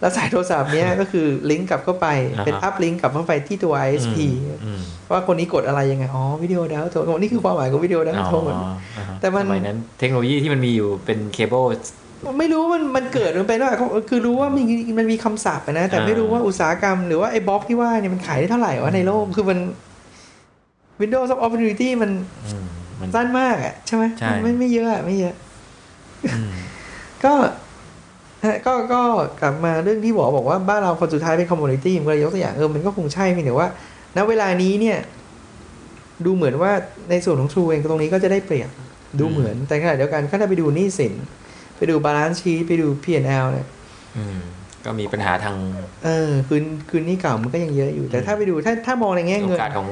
S2: แล้วสายโทรศัพท์เนี้ย ก็คือลิงก์กลับเข้าไปเป็น
S3: อ่าฮะ
S2: อัพลิงก์กลับเข้าไปที่ตัว ISP
S3: อืม
S2: ว่าคนนี้กดอะไรยังไง อ๋อวิดีโอดาวน์โทรนี่คือความหมายของวิดีโอ
S3: อื
S2: ดามว
S3: อ๋
S2: น์
S3: อ
S2: โทร
S3: อ่าฮะ
S2: แต่มัน
S3: สมัยนั้นเทคโนโลยีที่มันมีอยู่เป็นเคเบิล
S2: ไม่รู้มันมันเกิดมันเป็นว่าคือรู้ว่ามีมันมีคำศัพท์อะนะ แต่
S3: อ่า
S2: ไม่รู้ว่าอุตสาหกรรมหรือว่าไอ้บล็อกที่ว่าเนี่ยมันขายได้เท่าไหร่วะในโลก คือมัน Windows of Opportunity มัน
S3: อืมมัน
S2: สั้นมากอะใช่ไหม
S3: ใช่
S2: มันไม่ไม่เยอะอะไม่เยอะ
S3: อืม
S2: ก็ ฮะก็ก็กลับมาเรื่องที่หมอบอกว่าบ้านเราคนสุดท้ายเป็นคอมมูนิตี้มันก็เลยยกตัวอย่างเออมันก็คงใช่เพียงแต่ว่า ณเวลานี้เนี่ย ดูเหมือนว่าในส่วนของ True เองตรงนี้ก็จะได้เปรียบดูเหมือน แต่ขณะเดียวกันก็ได้ไปดูหนี้สิน ไปดูบาลานซ์ชีไปดู P&L เนี่ย
S3: อืมก็มีปัญหาทาง
S2: เออคืนคืนหนี้เก่ามันก็ยังเยอะอยู่ แต่ถ้าไปดูถ้าถ้ามองในแง่
S3: โอ
S2: เงิน
S3: กาสของ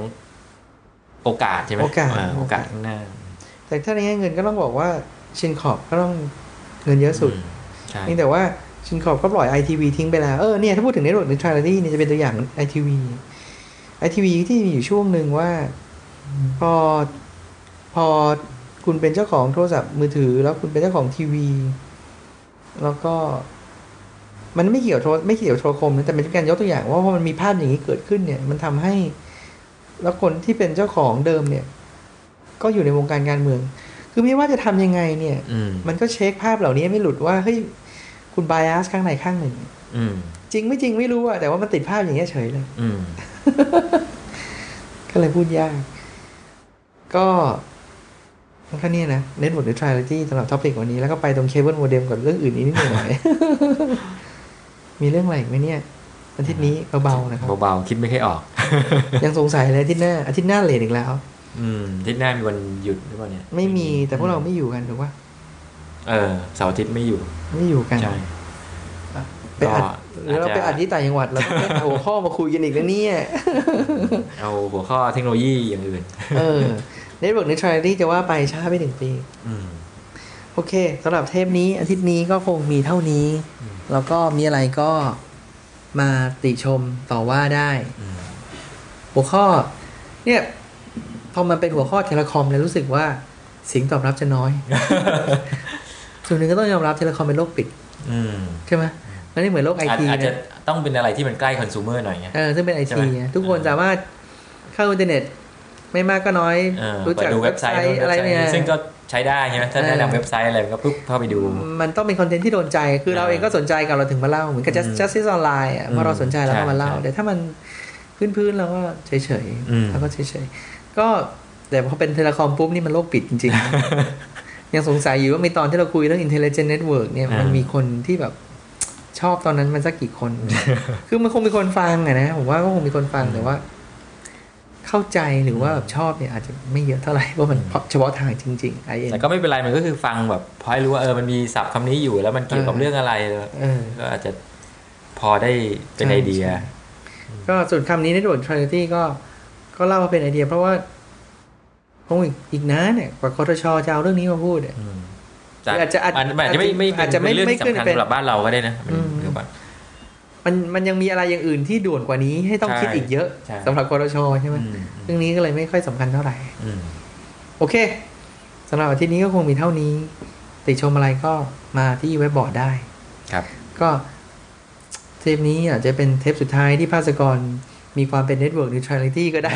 S3: โอกาสใช่ไหม
S2: โอกาส
S3: เโอกาสข้างหน้า
S2: แต่ถ้าในแง่เงินก็ต้องบอกว่าชินขอบก็ต้องเงินเยอะสุด
S3: อืมใช่
S2: เพียงแต่ว่าชินขอบก็ปล่อย ITV ทิ้งไปแล้ว เออเนี่ยถ้าพูดถึง Network Neutrality เนี่ยจะเป็นตัวอย่าง ITV ITV ที่มีอยู่ช่วงหนึ่งว่า พอพอคุณเป็นเจ้าของโทรศัพท์มือถือ แล้วคุณเป็นเจ้าของทีวี แล้วก็ มันไม่เกี่ยวโทรไม่เกี่ยวโทรคมนะแต่เป็นการยกตัวอย่างว่าพอมันมีภาพอย่างนี้เกิดขึ้นเนี่ย มันทำให้ แล้วคนที่เป็นเจ้าของเดิมเนี่ย ก็อยู่ในวงการการเมือง คือไม่ว่าจะทำยังไงเนี่ย
S3: อืม
S2: มันก็เช็คภาพเหล่านี้ไม่หลุดว่าเฮ้ยคุณไบแอสข้างไหนข้างหนึ่ง
S3: อืม
S2: จริงไม่จริงไม่รู้อะแต่ว่ามันติดภาพอย่างเงี้ยเฉยเลย
S3: อืม
S2: ก็เลยพูดยาก ก็มันก็เนี่ยนะ Network Neutrality สำหรับท็อปิกวันนี้แล้วก็ไปตรงเคเบิลโมเดมกับเรื่องอื่นอีกนิดหน่อย มีเรื่องอะไรอีกไหมเนี่ยอาทิตย์นี้เบาๆนะครับ
S3: เบาๆ คิดไม่ค่อยออก
S2: ยังสงสัยเลยอาทิตย์หน้าอาทิตย์หน้าเลทอีกแล้ว
S3: อืมอาทิศหน้ามีวันหยุดหรือเปล่าเนี่ย
S2: ไม่มีแต่พวกเราไม่อยู่กันถูกปะ
S3: เออเสาร์อาทิตย์ไม่อยู่
S2: ไม่อยู่กัน
S3: ใช่
S2: ไปอัด
S3: ก็
S2: หรือเรา
S3: อาจจะ
S2: ไปอัดที่ต่างจังหวัดเราต้องเอาหัวข้อมาคุยกันอีกแล้วเนี่ย
S3: เอาหัวข้อเทคโนโลยีอย่างอื่น
S2: เออ Network Neutrality จะว่าไปช้าไปถึงปี
S3: อืม
S2: โอเคสำหรับเทปนี้อาทิตย์นี้ก็คงมีเท่านี้
S3: อืม
S2: แล้วก็มีอะไรก็มาติชมต่อว่าได้
S3: อืม
S2: หัวข้อ เนี่ย พอมันเป็นหัวข้อเทเลคอมเลยรู้สึกว่าเสียงตอบรับจะน้อย ส่วนหนึ่งก็ต้องยอมรับเทเลคอมเป็นโลกปิด
S3: อืม
S2: ใช่ไหมมันไม่เหมือนโลกไอ
S3: อาจ
S2: ที
S3: อาจจะ
S2: นะ
S3: ต้องเป็นอะไรที่มันใกล้คอน sumer หน่อยไง
S2: เออซึ่งเป็นไอ
S3: ใช่
S2: ที
S3: ไหม
S2: ทุกคนสามารถเข้าอินเทอร์เน็ต ไม่มากก็น้อย
S3: เออ
S2: รู้จัก
S3: เปิดดู
S2: เว็
S3: เว็
S2: บบ ไซ
S3: ไซ
S2: ต์
S3: ต์
S2: อะไรเนี่ย
S3: ซึ่งก็ใช้ได้ใช่ไหมถ้า
S2: เออ
S3: แนะนำเว็บไซต์อะไรก็ปุ๊บเข้าไปดู
S2: มันต้องเป็นคอนเทนต์ที่โดนใจ คือเราเองก็สนใจกับเราถึงมาเล่า เหมือนกับ Just-
S3: อืม
S2: justice online อ่ะ
S3: อืม
S2: พอเราสนใจเราก็มาเล่า
S3: ใช่
S2: แต่ถ้ามันพื้นๆเราก็เฉย
S3: อืม
S2: ๆเราก็เฉยๆ ก็แต่พอเป็นเทเลคอมปุ๊บนี่มันโลกปิดจริง ๆ ยังสงสัยอยู่ว่ามีตอนที่เราคุยเรื่อง intelligent network เนี่ยมันมีคนที่แบบชอบตอนนั้นมันสักกี่คน คือมันคงมีคนฟังอะนะผมว่าก็คงมีคนฟังแต่ว่า เข้าใจหรือว่าแบบชอบเนี่ยอาจจะไม่เยอะเท่าไหร่เพราะมันเฉพาะทางจริงๆ IN
S3: แต่ก็ไม่เป็นไรมันก็คือฟังแบบพอให้รู้ว่าเออมันมีศัพท์คำนี้อยู่แล้วมันเกี่ยวกับ
S2: เออ
S3: เรื่องอะไร
S2: เออ
S3: ก็อาจจะพอได้เป็น
S2: ใช่
S3: ไอเดีย
S2: ใช่ ก็ส่วนคำนี้ในโดด Trinity ก็ก็เล่ามาเป็นไอเดีย เพราะว่าคงอีกอีกนะเนี่ยกว่าคอทชจะเอาเรื่องนี้มาพูดเนี่ย
S3: อืมแต่
S2: อาจจะอาจ
S3: นมันอาจจะไม่ไม่
S2: อาจจะไม่
S3: เป็นเรื่อง
S2: ไม่
S3: ที่
S2: ขึ้น
S3: สำคัญ
S2: เป็น
S3: สำหรับบ้านเราก็ได้นะ
S2: อืม
S3: เดี๋ยวก่อน
S2: มันมันยังมีอะไรอย่างอื่นที่ด่วนกว่านี้ให้ต้อง
S3: ใช่
S2: คิดอีกเยอะ
S3: ใช่
S2: สำหรับคอทชใช่ไหม
S3: อืม
S2: เรื่องนี้ก็เลยไม่ค่อยสำคัญเท่าไหร่
S3: อืม
S2: โอเคสำหรับอาทิตย์นี้ก็คงมีเท่านี้ ติชมอะไรก็มาที่เว็บบอร์ดได้
S3: ครับ
S2: ก็เทปนี้อาจจะเป็นเทปสุดท้ายที่ภาสกรมีความเป็น Network Neutrality ก็ได้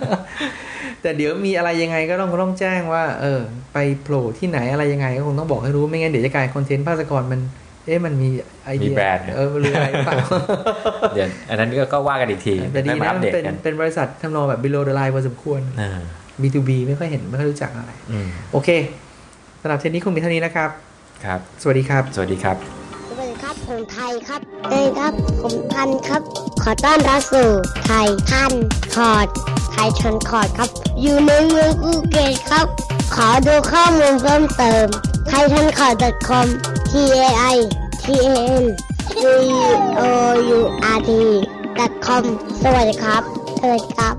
S2: แต่เดี๋ยวมีอะไรยังไงก็ต้องต้องแจ้งว่า เออ ไปโผล่ที่ไหนอะไรยังไงก็คงต้องบอกให้รู้ไม่งั้นเดี๋ยวจะกลายคอนเทนต์ภาสกรมัน เอ๊ะมันมีไอเดี
S3: มี
S2: ย
S3: แบรนด์
S2: เออหรืออะไร หรือเปล่า
S3: เดี๋ยวอันนั้นก็ก็ว่ากันอีกที
S2: แต่ดี
S3: ค่อยมา
S2: นะ
S3: อัป
S2: มัน
S3: เดต
S2: เป็น
S3: กัน
S2: เป็นบริษัททำนองแบบ below the line พอสมควร
S3: อ่า
S2: B2B ไม่ค่อยเห็นไม่ค่อยรู้จักอะไร
S3: อืม
S2: โอเคสำหรับเทปนี้คงมีเท่านี้นะครับ
S3: ครับ
S2: สวัสดีครับ
S3: สวัสดีครับ
S4: สวัสดีครับ ผมไทยครับเอ้ยครับ ผมพันธุ์ครับ ขอต้อนรับสู่ไทยพันธุ์คอร์ดไทยชนคอร์ดครับ อยู่ในเมืองภูเก็ตครับ ขอดูข้อมูลเพิ่มเติมไทยชันคอร์ด .com t a i t a n c o u r t .com สวัสดีครับ สวัสดีครับ